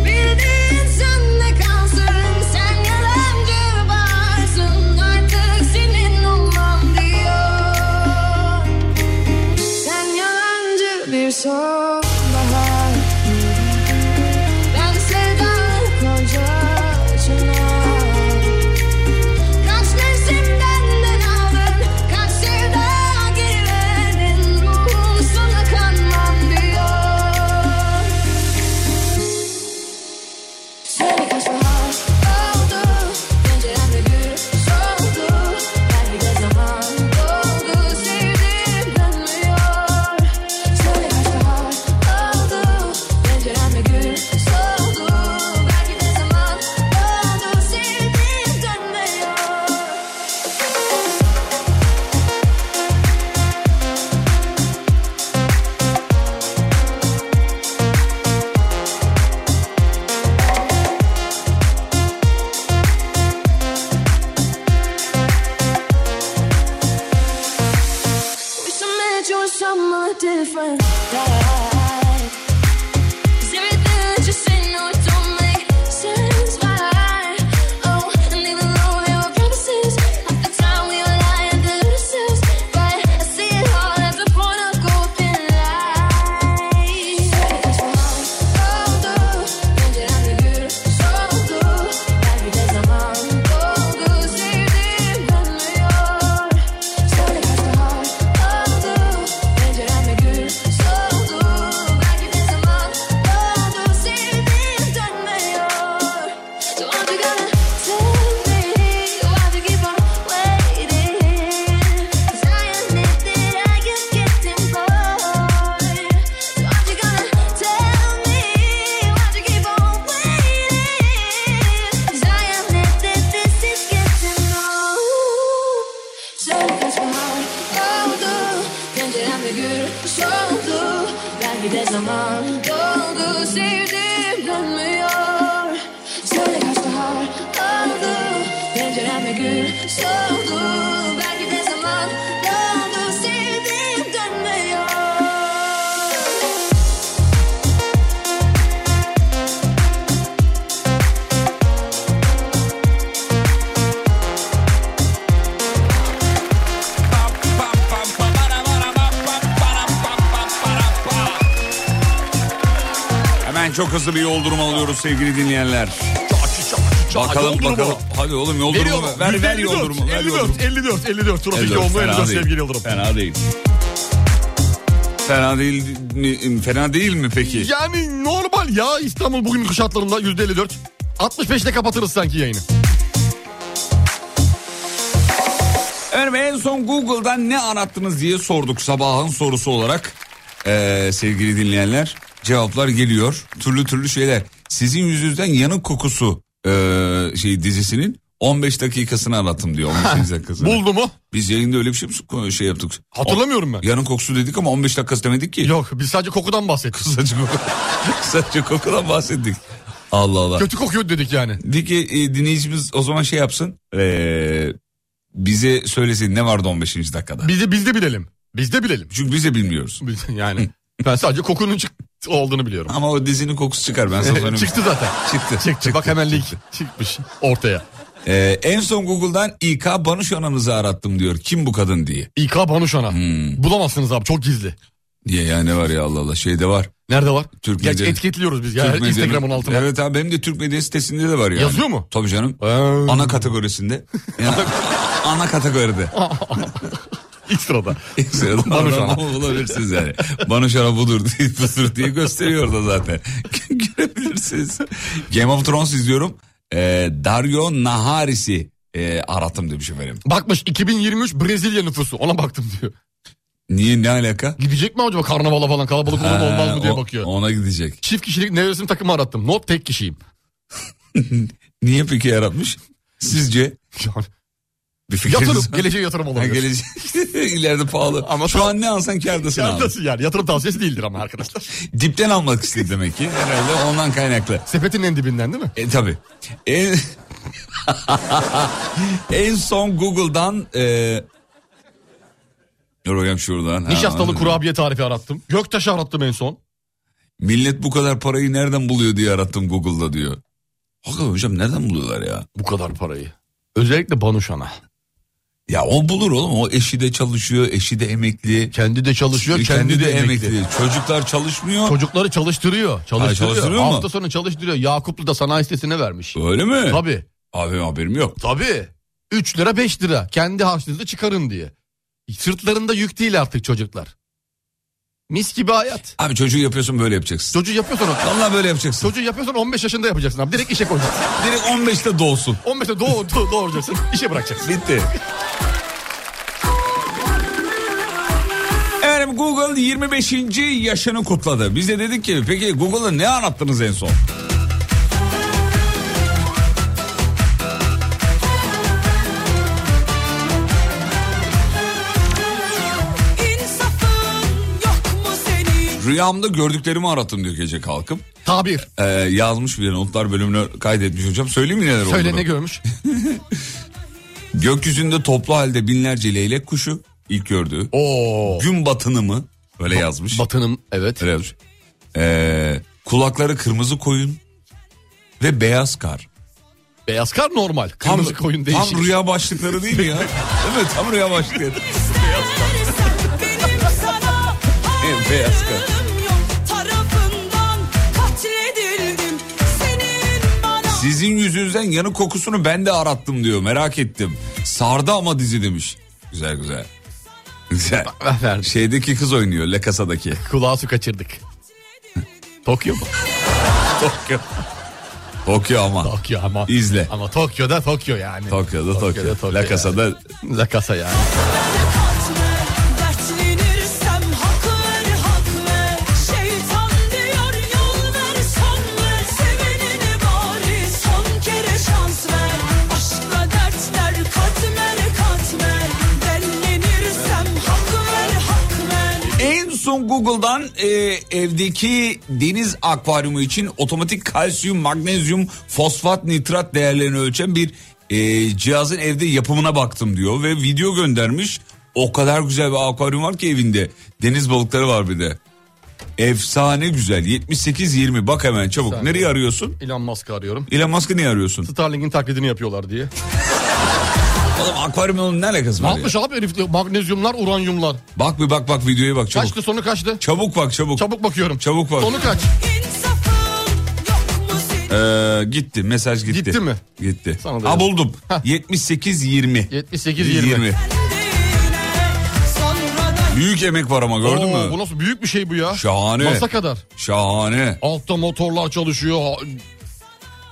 Speaker 7: Bildiğin sende kalsın Sen yalancı varsın Artık senin olmam diyor Sen yalancı bir sonbahar Ben sevda kocacına Kaç mevsimden de aldın, kaç zaman doldu sevdim dönmüyor Söyle kaç bahar oldu penceremde gül soldu Belki de zaman doldu sevdim dönmüyor
Speaker 3: Hemen çok hızlı bir yol durumu alıyoruz sevgili dinleyenler. Bakalım
Speaker 2: yol durumu.
Speaker 3: bakalım. Hadi oğlum yol
Speaker 2: Veriyor mu?
Speaker 3: durumu. Ver ver yol
Speaker 2: 54,
Speaker 3: durumu. Ver yol
Speaker 2: 54,
Speaker 3: durumu.
Speaker 2: 54, 54. Trafik yoğunluğu 54 sevgili Yıldırım.
Speaker 3: Fena değil. Fena değil, mi- fena değil mi peki?
Speaker 2: Yani normal ya İstanbul bugün şartlarında yüzde 54. 65'te kapatırız sanki yayını.
Speaker 3: Efendim en son Google'dan ne arattınız diye sorduk sabahın sorusu olarak. Ee, sevgili dinleyenler cevaplar geliyor. Türlü türlü şeyler. Sizin yüzünüzden yanık kokusu ee, şey dizisinin 15 dakikasını arattım diyor. 15 dakikasını.
Speaker 2: Buldu mu?
Speaker 3: Biz yayında öyle bir şey, mi- şey yaptık.
Speaker 2: Hatırlamıyorum ben.
Speaker 3: Yanık kokusu dedik ama 15 dakikası demedik ki. [laughs]
Speaker 2: Yok biz sadece kokudan bahsettik.
Speaker 3: Sadece, koku, sadece kokudan bahsettik. Allah Allah.
Speaker 2: Kötü kokuyor dedik yani.
Speaker 3: Dedi ki e, dinleyicimiz o zaman şey yapsın. ee, bize söylesin ne vardı 15. dakikada.
Speaker 2: Biz de, biz de bilelim. Biz de bilelim. [laughs]
Speaker 3: Çünkü biz de bilmiyoruz.
Speaker 2: Biz- Yani ben sadece kokunun çık olduğunu biliyorum.
Speaker 3: Ama o dizinin kokusu çıkar ben sana söyleyeyim.
Speaker 2: [laughs] Çıktı zaten.
Speaker 3: [laughs] Çıktı.
Speaker 2: Çıktı. Bak hemen link çıkmış ortaya.
Speaker 3: Ee, en son Google'dan İK Banuş ananızı arattım diyor. Kim bu kadın diye.
Speaker 2: İK Banuşan'a.
Speaker 3: Hmm.
Speaker 2: Bulamazsınız abi çok gizli.
Speaker 3: Niye ya ne var ya Allah Allah şeyde var.
Speaker 2: Nerede var?
Speaker 3: Türk
Speaker 2: Gerçi
Speaker 3: medya-
Speaker 2: etiketliyoruz biz ya.
Speaker 3: Türk medyanın-
Speaker 2: Instagram'ın altına.
Speaker 3: Evet abi benim de Türk medya sitesinde de var yani.
Speaker 2: Yazıyor mu?
Speaker 3: Tabii canım.
Speaker 2: Ee, [laughs]
Speaker 3: Ana kategorisinde. Yani ana kategoride.
Speaker 2: ilk sırada. Banuş
Speaker 3: Banuş
Speaker 2: ana.
Speaker 3: Bulabilirsiniz yani. Banuş ana budur diye, budur diye gösteriyor da zaten. [laughs] Görebilirsiniz. Game of Thrones izliyorum. Ee, Dario Naharis'i e, arattım demiş efendim.
Speaker 2: Bakmış 2023 Brezilya nüfusu ona baktım diyor.
Speaker 3: Niye ne alaka?
Speaker 2: Gidecek mi acaba karnavala falan kalabalık olur mu olmaz
Speaker 3: Ha,
Speaker 2: mı diye
Speaker 3: o-
Speaker 2: bakıyor.
Speaker 3: Ona gidecek.
Speaker 2: Çift kişilik nevresim takımı arattım. Not tek kişiyim. [laughs]
Speaker 3: Niye peki yaratmış? Sizce
Speaker 2: Yani
Speaker 3: bir fikriniz
Speaker 2: yatırım.
Speaker 3: var?
Speaker 2: geleceğe yatırım
Speaker 3: Ha,
Speaker 2: olabilir.
Speaker 3: gelecek. [laughs] İleride pahalı.
Speaker 2: Ama
Speaker 3: Şu
Speaker 2: tam-
Speaker 3: an ne alsan kârdasın abi.
Speaker 2: Yatırım yani. Yatırım tavsiyesi değildir ama arkadaşlar.
Speaker 3: Dipten almak istedi demek ki. Herhalde ondan kaynaklı.
Speaker 2: Sepetin en dibinden değil mi?
Speaker 3: E [laughs] tabi. En... en son Google'dan e... Dur bakayım şuradan. Ha,
Speaker 2: Nişastalı
Speaker 3: anladım.
Speaker 2: kurabiye tarifi arattım. Göktaşı arattım en son.
Speaker 3: Millet bu kadar parayı nereden buluyor diye arattım Google'da diyor. Hakikaten hocam nereden buluyorlar ya?
Speaker 2: Bu kadar parayı. Özellikle Banuşan'a.
Speaker 3: Ya o bulur oğlum. O eşi de çalışıyor, eşi de emekli.
Speaker 2: Kendi de çalışıyor, kendi, de, emekli.
Speaker 3: Çocuklar çalışmıyor.
Speaker 2: Çocukları çalıştırıyor. Çalıştırıyor.
Speaker 3: çalıştırıyor mu?
Speaker 2: Hafta sonu çalıştırıyor. Yakuplu da sanayi sitesine vermiş.
Speaker 3: Öyle mi?
Speaker 2: Tabii.
Speaker 3: Abi haberim yok.
Speaker 2: Tabii. 3 lira 5 lira. Kendi harçlığınızı çıkarın diye. Sırtlarında yük değil artık çocuklar. Mis gibi hayat.
Speaker 3: Abi çocuğu yapıyorsun böyle yapacaksın.
Speaker 2: Çocuğu yapıyorsan o-
Speaker 3: Vallahi böyle yapacaksın.
Speaker 2: Çocuğu yapıyorsan 15 yaşında yapacaksın abi. Direkt işe koyacaksın.
Speaker 3: Direkt 15'te doğsun.
Speaker 2: 15'te doğ, doğ, doğuracaksın. İşe bırakacaksın.
Speaker 3: Bitti. Efendim Google 25. yaşını kutladı. Biz de dedik ki peki Google'a ne anlattınız en son?
Speaker 1: İnsafın yok mu senin?
Speaker 3: Rüyamda gördüklerimi arattım diyor gece kalkıp.
Speaker 2: Tabir.
Speaker 3: Ee, yazmış bir notlar bölümünü kaydetmiş hocam. Söyleyeyim mi neler olduğunu?
Speaker 2: Söyle ne görmüş?
Speaker 3: Gökyüzünde toplu halde binlerce leylek kuşu ilk gördü.
Speaker 2: Oo.
Speaker 3: Gün batınımı öyle yazmış.
Speaker 2: Batınım evet.
Speaker 3: Öyle yazmış. Ee, kulakları kırmızı koyun ve beyaz kar.
Speaker 2: Beyaz kar normal. Kırmızı
Speaker 3: Tam-
Speaker 2: koyun değişik.
Speaker 3: Tam rüya başlıkları değil mi ya? evet tam rüya başlıkları.
Speaker 1: İstersen benim sana
Speaker 3: Evet, beyaz kar.
Speaker 1: ayrılığım yok tarafından katledildim. Senin bana
Speaker 3: Sizin yüzünüzden yanık kokusunu ben de arattım diyor. Merak ettim. Sardı ama dizi demiş. Güzel güzel. Güzel.
Speaker 2: Aferin.
Speaker 3: Şeydeki kız oynuyor La Casa'daki.
Speaker 2: Kulağı su kaçırdık. Tokyo mu?
Speaker 3: Tokyo. Tokyo ama.
Speaker 2: Tokyo ama.
Speaker 3: İzle.
Speaker 2: Ama Tokyo'da Tokyo yani.
Speaker 3: Tokyo'da Tokyo. La Casa'da
Speaker 2: Yani. La Casa yani.
Speaker 1: katme. Dertlenirsem hak ver hak ver. Şeytan diyor yol ver son ver. Sevenine bari son kere şans ver. Aşkla dertler katmer katmer. Dertlenirsem hak ver hak ver.
Speaker 3: En son Samsung Google'dan e, evdeki deniz akvaryumu için otomatik kalsiyum, magnezyum, fosfat, nitrat değerlerini ölçen bir e, cihazın evde yapımına baktım diyor ve video göndermiş. O kadar güzel bir akvaryum var ki evinde. Deniz balıkları var bir de. Efsane güzel. 78-20 bak hemen çabuk.
Speaker 2: Efsane.
Speaker 3: Nereye arıyorsun?
Speaker 2: Elon Musk'ı arıyorum.
Speaker 3: Elon Musk'ı niye arıyorsun?
Speaker 2: Starlink'in taklidini yapıyorlar diye.
Speaker 3: Oğlum akvaryumun ne alakası
Speaker 2: Ne
Speaker 3: var ya?
Speaker 2: yapmış abi herif? Magnezyumlar, uranyumlar.
Speaker 3: Bak bir bak bak videoya bak çabuk.
Speaker 2: Kaçtı sonu kaçtı?
Speaker 3: Çabuk bak çabuk.
Speaker 2: Çabuk bakıyorum.
Speaker 3: Çabuk bak.
Speaker 2: Sonu kaç?
Speaker 1: İnsafın yok mu senin?
Speaker 3: Ee, gitti mesaj gitti.
Speaker 2: Gitti mi?
Speaker 3: Gitti.
Speaker 2: Sana da
Speaker 3: Ha
Speaker 2: yazdım.
Speaker 3: buldum.
Speaker 2: Heh.
Speaker 3: 78-20.
Speaker 2: 78-20.
Speaker 1: kendine Sonra da
Speaker 3: Büyük emek var ama gördün
Speaker 2: Oo,
Speaker 3: mü?
Speaker 2: Bu nasıl büyük bir şey bu ya.
Speaker 3: Şahane.
Speaker 2: Masa kadar.
Speaker 3: Şahane.
Speaker 2: Altta motorlar çalışıyor. Ha-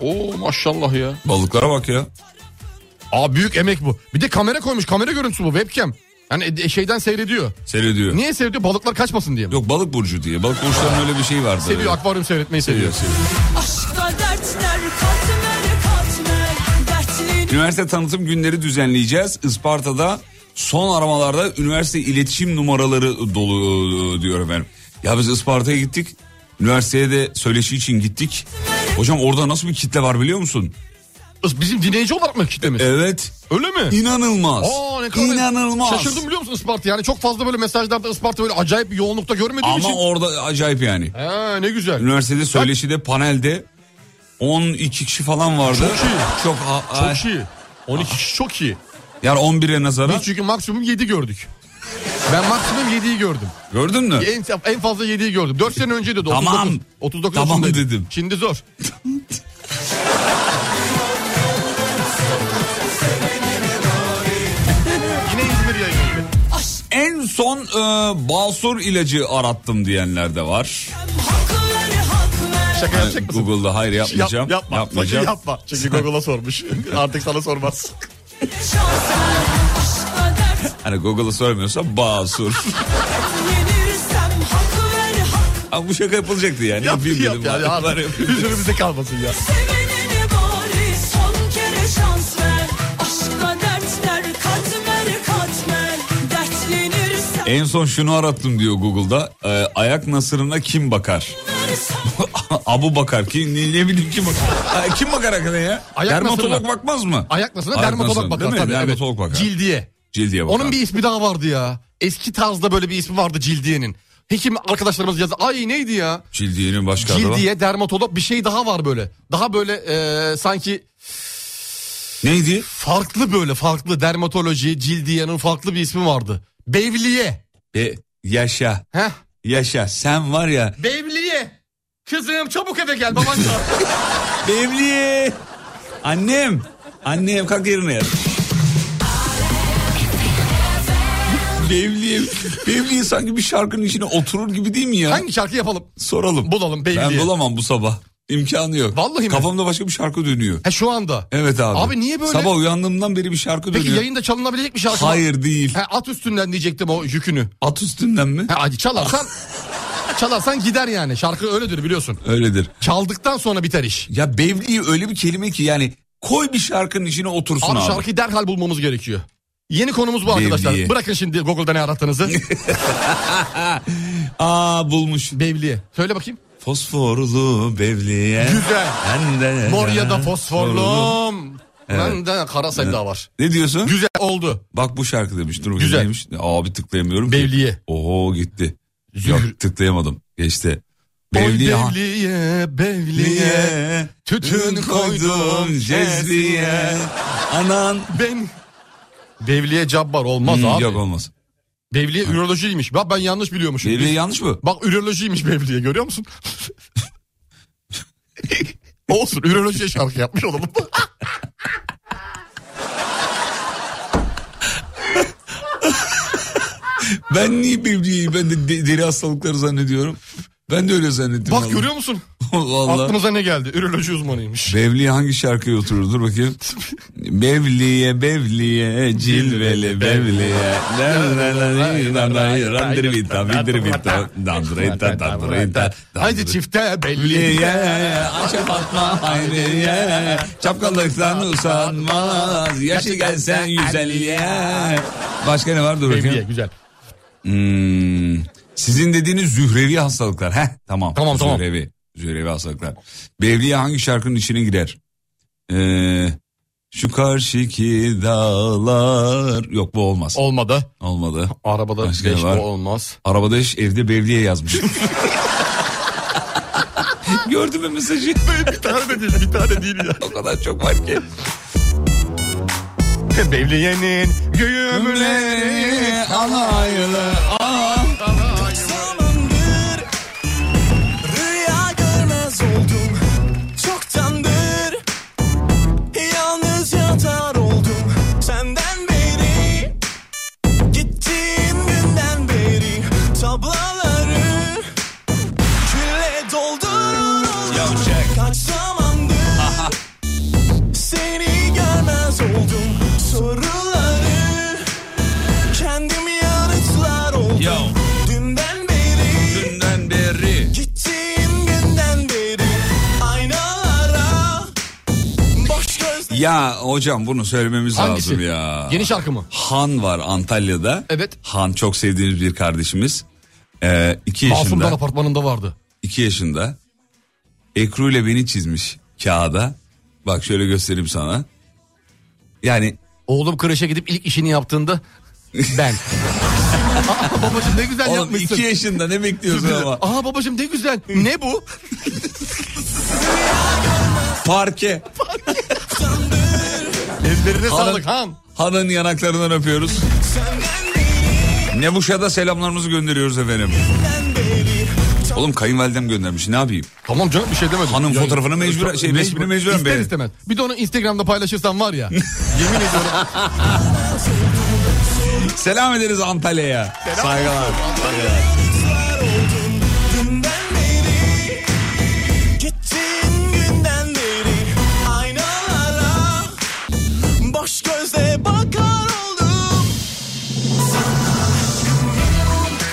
Speaker 2: Oo maşallah ya.
Speaker 3: Balıklara bak ya.
Speaker 2: Aa büyük emek bu. Bir de kamera koymuş. Kamera görüntüsü bu webcam. Yani e- şeyden seyrediyor.
Speaker 3: Seyrediyor.
Speaker 2: Niye seyrediyor? Balıklar kaçmasın diye mi?
Speaker 3: Yok balık burcu diye. Balık burçlarının öyle bir şeyi vardı.
Speaker 2: Seviyor akvaryum seyretmeyi seviyor.
Speaker 3: Seviyor, seviyor.
Speaker 1: aşkta dertler katmer katmer Dertli
Speaker 3: Üniversite tanıtım günleri düzenleyeceğiz. Isparta'da son aramalarda üniversite iletişim numaraları dolu e, diyor efendim. Ya biz Isparta'ya gittik. Üniversiteye de söyleşi için gittik. Hocam orada nasıl bir kitle var biliyor musun?
Speaker 2: Is- Bizim dinleyici olarak mı kitlemiz?
Speaker 3: Evet.
Speaker 2: Öyle mi?
Speaker 3: İnanılmaz.
Speaker 2: Aa, ne kadar-
Speaker 3: İnanılmaz.
Speaker 2: Şaşırdım şey biliyor musun Isparta? Yani çok fazla böyle mesajlarda Isparta böyle acayip bir yoğunlukta görmediğim
Speaker 3: Ama
Speaker 2: için.
Speaker 3: orada acayip yani.
Speaker 2: Ha, ne güzel.
Speaker 3: Üniversitede söyleşide panelde 12 kişi falan vardı.
Speaker 2: Çok iyi.
Speaker 3: Çok, a- a-
Speaker 2: Çok iyi. 12 kişi çok iyi.
Speaker 3: Yani 11'e nazaran.
Speaker 2: Biz çünkü maksimum 7 gördük. Ben maksimum 7'yi gördüm.
Speaker 3: Gördün mü?
Speaker 2: En, en fazla 7'yi gördüm. 4 sene önce dedi. 39,
Speaker 3: Tamam.
Speaker 2: 39
Speaker 3: Tamam
Speaker 2: yaşındaydım.
Speaker 3: dedim.
Speaker 2: Şimdi [laughs] zor. Yine İzmir yayını.
Speaker 3: En son e, basur ilacı arattım diyenler de var.
Speaker 1: hakları hak ver
Speaker 2: Şaka yapacak mısın?
Speaker 3: Google'da hayır
Speaker 2: Yap,
Speaker 3: yapmayacağım.
Speaker 2: yapma.
Speaker 3: yapmayacağım.
Speaker 2: Sakın yapma. Çünkü Google'a sormuş. [laughs] Artık sana [laughs] sormaz.
Speaker 1: şans ver Aşkta dert
Speaker 3: Hani Google'a
Speaker 2: [laughs]
Speaker 3: sormuyorsa basur.
Speaker 1: yenirsem hak ver hak
Speaker 3: Ama bu şaka yapılacaktı yani.
Speaker 2: Yap,
Speaker 3: Yapayım
Speaker 2: yap
Speaker 3: dedim.
Speaker 2: yani.
Speaker 3: Var, var,
Speaker 2: Artık
Speaker 3: yapayım.
Speaker 2: Üzerimize kalmasın ya.
Speaker 1: sevenine bari son kere şans ver Aşkta dertler katmer katmer Dertlenirsem
Speaker 3: en son şunu arattım diyor Google'da. E, ayak nasırına kim bakar? [laughs] Abu bakar ki ne, ne bileyim kim bakar. Ha, kim bakar hakikaten ya?
Speaker 2: Ayak
Speaker 3: dermatolog
Speaker 2: nasırına.
Speaker 3: bakmaz mı?
Speaker 2: Ayak nasıl?
Speaker 3: Ayak
Speaker 2: Dermatolog
Speaker 3: nasırına,
Speaker 2: bakar.
Speaker 3: Değil mi?
Speaker 2: tabii, evet.
Speaker 3: Dermatolog bakar.
Speaker 2: Cildiye.
Speaker 3: Cildiye bakar.
Speaker 2: Onun bir ismi daha vardı ya. Eski tarzda böyle bir ismi vardı cildiyenin. Hekim arkadaşlarımız yazdı. Ay neydi ya?
Speaker 3: Cildiyenin başka adı var.
Speaker 2: Cildiye, dermatolog bir şey daha var böyle. Daha böyle e, sanki
Speaker 3: Neydi?
Speaker 2: farklı böyle farklı dermatoloji, cildiyenin farklı bir ismi vardı. Bevliye.
Speaker 3: E, yaşa.
Speaker 2: Heh.
Speaker 3: Yaşa. Sen var ya.
Speaker 2: Bevliye. Kızım çabuk eve gel baban çağırıyor.
Speaker 3: Evli. Annem. Annem kalk yerine yat. Bevliye, Bevliye sanki bir şarkının içine oturur gibi değil mi ya?
Speaker 2: [laughs] Hangi şarkı yapalım?
Speaker 3: Soralım.
Speaker 2: Bulalım Bevliye.
Speaker 3: Ben bulamam bu sabah. İmkanı yok.
Speaker 2: Vallahi mi?
Speaker 3: Kafamda başka bir şarkı dönüyor.
Speaker 2: He şu anda.
Speaker 3: Evet abi.
Speaker 2: Abi niye böyle?
Speaker 3: Sabah uyandığımdan beri bir şarkı
Speaker 2: Peki
Speaker 3: dönüyor.
Speaker 2: yayında çalınabilecek bir şarkı mı?
Speaker 3: Hayır değil.
Speaker 2: He, at üstünden diyecektim o yükünü.
Speaker 3: At üstünden mi?
Speaker 2: He, hadi
Speaker 3: [laughs]
Speaker 2: çalarsan çalarsan gider yani. Şarkı öyledir biliyorsun.
Speaker 3: Öyledir.
Speaker 2: Çaldıktan sonra biter iş.
Speaker 3: Ya Bevliye öyle bir kelime ki yani koy bir şarkının içine otursun abi.
Speaker 2: Abi şarkıyı derhal bulmamız gerekiyor. Yeni konumuz bu arkadaşlar.
Speaker 3: Bevliye.
Speaker 2: Bırakın şimdi Google'da ne arattığınızı.
Speaker 3: Aa bulmuş.
Speaker 2: Bevliye. Söyle bakayım.
Speaker 3: Fosforlu Bevliye.
Speaker 2: Güzel.
Speaker 3: Ben de-
Speaker 2: Mor ya da fosforlum. Ben de kara sevda var.
Speaker 3: Ne diyorsun?
Speaker 2: Güzel oldu.
Speaker 3: Bak bu şarkı demiş. Dur
Speaker 2: Güzel.
Speaker 3: Güzel. Neymiş? Abi tıklayamıyorum. ki.
Speaker 2: Bevliye.
Speaker 3: Oho gitti.
Speaker 2: Zühür.
Speaker 3: Yok tıklayamadım. Geçti. Bevliye.
Speaker 2: Oy Bevliye, Bevliye.
Speaker 3: Bevliye,
Speaker 2: Tütün koydum cezviye.
Speaker 3: Anan.
Speaker 2: Ben... Bevliye cabbar olmaz
Speaker 3: Hmm,
Speaker 2: abi.
Speaker 3: Yok olmaz.
Speaker 2: Bevliye ürolojiymiş. Bak ben yanlış biliyormuşum.
Speaker 3: Bevliye
Speaker 2: Biz-
Speaker 3: yanlış mı?
Speaker 2: Bak ürolojiymiş Bevliye görüyor musun? [laughs] Olsun ürolojiye şarkı yapmış olalım.
Speaker 3: Ben niye Bevliye'yi ben de de- deri hastalıkları zannediyorum. Ben de öyle zannettim.
Speaker 2: Bak
Speaker 3: vallahi.
Speaker 2: görüyor musun?
Speaker 3: [laughs] Vallahi.
Speaker 2: Aklımıza ne geldi? Üroloji uzmanıymış.
Speaker 3: Bevliye hangi şarkıya oturur? Dur
Speaker 2: [laughs]
Speaker 3: bakayım. Bevliye, bevliye, cilveli bevliye. Randirvita, vindirvita, dandrita, dandrita.
Speaker 2: Haydi çifte belli.
Speaker 3: Bevliye, aşa batma hayriye. Çapkallıktan usanmaz. Yaşı gelsen yüz elliye. Başka ne var? Dur
Speaker 2: Bevliye
Speaker 3: bakayım.
Speaker 2: güzel.
Speaker 3: Hmm. Sizin dediğiniz zührevi hastalıklar. Heh tamam.
Speaker 2: Tamam, tamam.
Speaker 3: Zührevi. Zührevi hastalıklar. Bevliye hangi şarkının içine girer? Ee, şu karşıki dağlar. Yok bu olmaz.
Speaker 2: Olmadı.
Speaker 3: Olmadı.
Speaker 2: Arabada
Speaker 3: Başka
Speaker 2: beş
Speaker 3: ne var?
Speaker 2: bu [laughs] olmaz.
Speaker 3: Arabada iş evde
Speaker 2: [laughs]
Speaker 3: Bevliye yazmış. Gördün mü mesajı?
Speaker 2: bir tane de değil bir tane değil [laughs] ya.
Speaker 3: o kadar çok var ki.
Speaker 2: Bevliye'nin güğümleri.
Speaker 3: alaylı.
Speaker 6: zamandır Rüya görmez oldum Çoktandır Yalnız yatar oldum Senden beri Gittiğin günden beri Tablaları Külle doldurur oldum Kaç zamandır Seni görmez oldum Soruları Kendim yanıtlar oldum
Speaker 3: Yo.
Speaker 6: Dünden beri
Speaker 3: Dünden beri.
Speaker 6: Gittiğin günden beri Aynalara Boş gözle
Speaker 3: Ya hocam bunu söylememiz
Speaker 2: Hangisi?
Speaker 3: lazım ya.
Speaker 2: Yeni şarkı mı?
Speaker 3: Han var Antalya'da.
Speaker 2: Evet.
Speaker 3: Han çok sevdiğimiz bir kardeşimiz. Ee, iki yaşında.
Speaker 2: Masumdan apartmanında vardı.
Speaker 3: iki yaşında. Ekru ile beni çizmiş kağıda. Bak şöyle göstereyim sana. Yani
Speaker 2: Oğlum kreşe gidip ilk işini
Speaker 3: [laughs]
Speaker 2: yaptığında ben. Aa, babacım ne güzel
Speaker 3: oğlum
Speaker 2: yapmışsın.
Speaker 3: iki yaşında ne bekliyorsun ama.
Speaker 2: Aa babacım ne güzel. Ne bu?
Speaker 3: Parke.
Speaker 2: Ellerine
Speaker 3: Hanım-
Speaker 2: sağlık han.
Speaker 3: Han'ın yanaklarından öpüyoruz. Nebuşa'da selamlarımızı gönderiyoruz efendim. Oğlum kayınvalidem göndermiş ne yapayım?
Speaker 2: Tamam canım bir şey demedim.
Speaker 3: Hanım fotoğrafını mecbur- şey, resmini mecburen
Speaker 2: İster
Speaker 3: beğen.
Speaker 2: istemez. Bir de onu Instagram'da paylaşırsan var
Speaker 3: [laughs]
Speaker 2: ya. yemin ediyorum.
Speaker 3: Selam ederiz Antalya'ya. Saygılar.
Speaker 6: Dünden beri Gittiğin günden beri Aynalara Boş gözle bakar oldum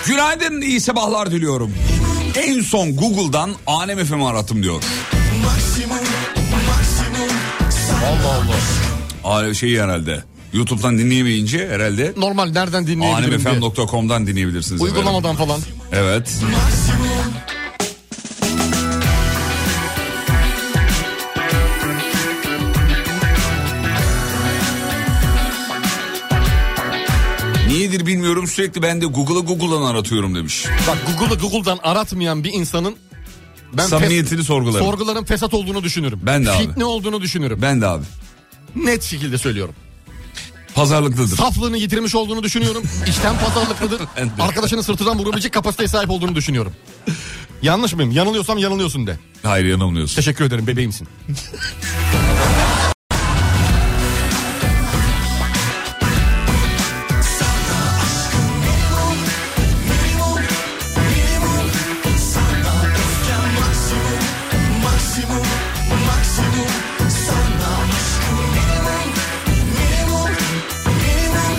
Speaker 3: Günaydın, iyi sabahlar diliyorum. En son Google'dan Anem FM arattım diyor.
Speaker 6: Maksimum Maksimum Allah Allah
Speaker 3: Aa, Şey herhalde. YouTube'dan dinleyemeyince herhalde
Speaker 2: Normal nereden dinleyebilirim diye.
Speaker 3: anemfm.com'dan dinleyebilirsiniz. efendim.
Speaker 2: Uygulamadan falan.
Speaker 3: Evet.
Speaker 6: Maksimum
Speaker 3: Niyedir bilmiyorum sürekli ben de Google'a Google'dan aratıyorum demiş.
Speaker 2: Bak Google'da Google'dan aratmayan bir insanın ben fes-
Speaker 3: Samimiyetini sorgularım.
Speaker 2: sorguların fesat olduğunu düşünürüm.
Speaker 3: Ben de abi.
Speaker 2: Fitne olduğunu düşünürüm.
Speaker 3: ben de abi.
Speaker 2: Net şekilde söylüyorum.
Speaker 3: Pazarlıklıdır.
Speaker 2: Saflığını yitirmiş olduğunu
Speaker 3: [laughs]
Speaker 2: düşünüyorum. İçten pazarlıklıdır.
Speaker 3: Ben de.
Speaker 2: Arkadaşını sırtından vurabilecek kapasiteye sahip olduğunu
Speaker 3: [laughs]
Speaker 2: düşünüyorum. Yanlış mıyım? Yanılıyorsam yanılıyorsun de.
Speaker 3: Hayır yanılmıyorsun.
Speaker 2: Teşekkür ederim bebeğimsin.
Speaker 6: Maksimum Maksimum Sana aşkım Minimum Minimum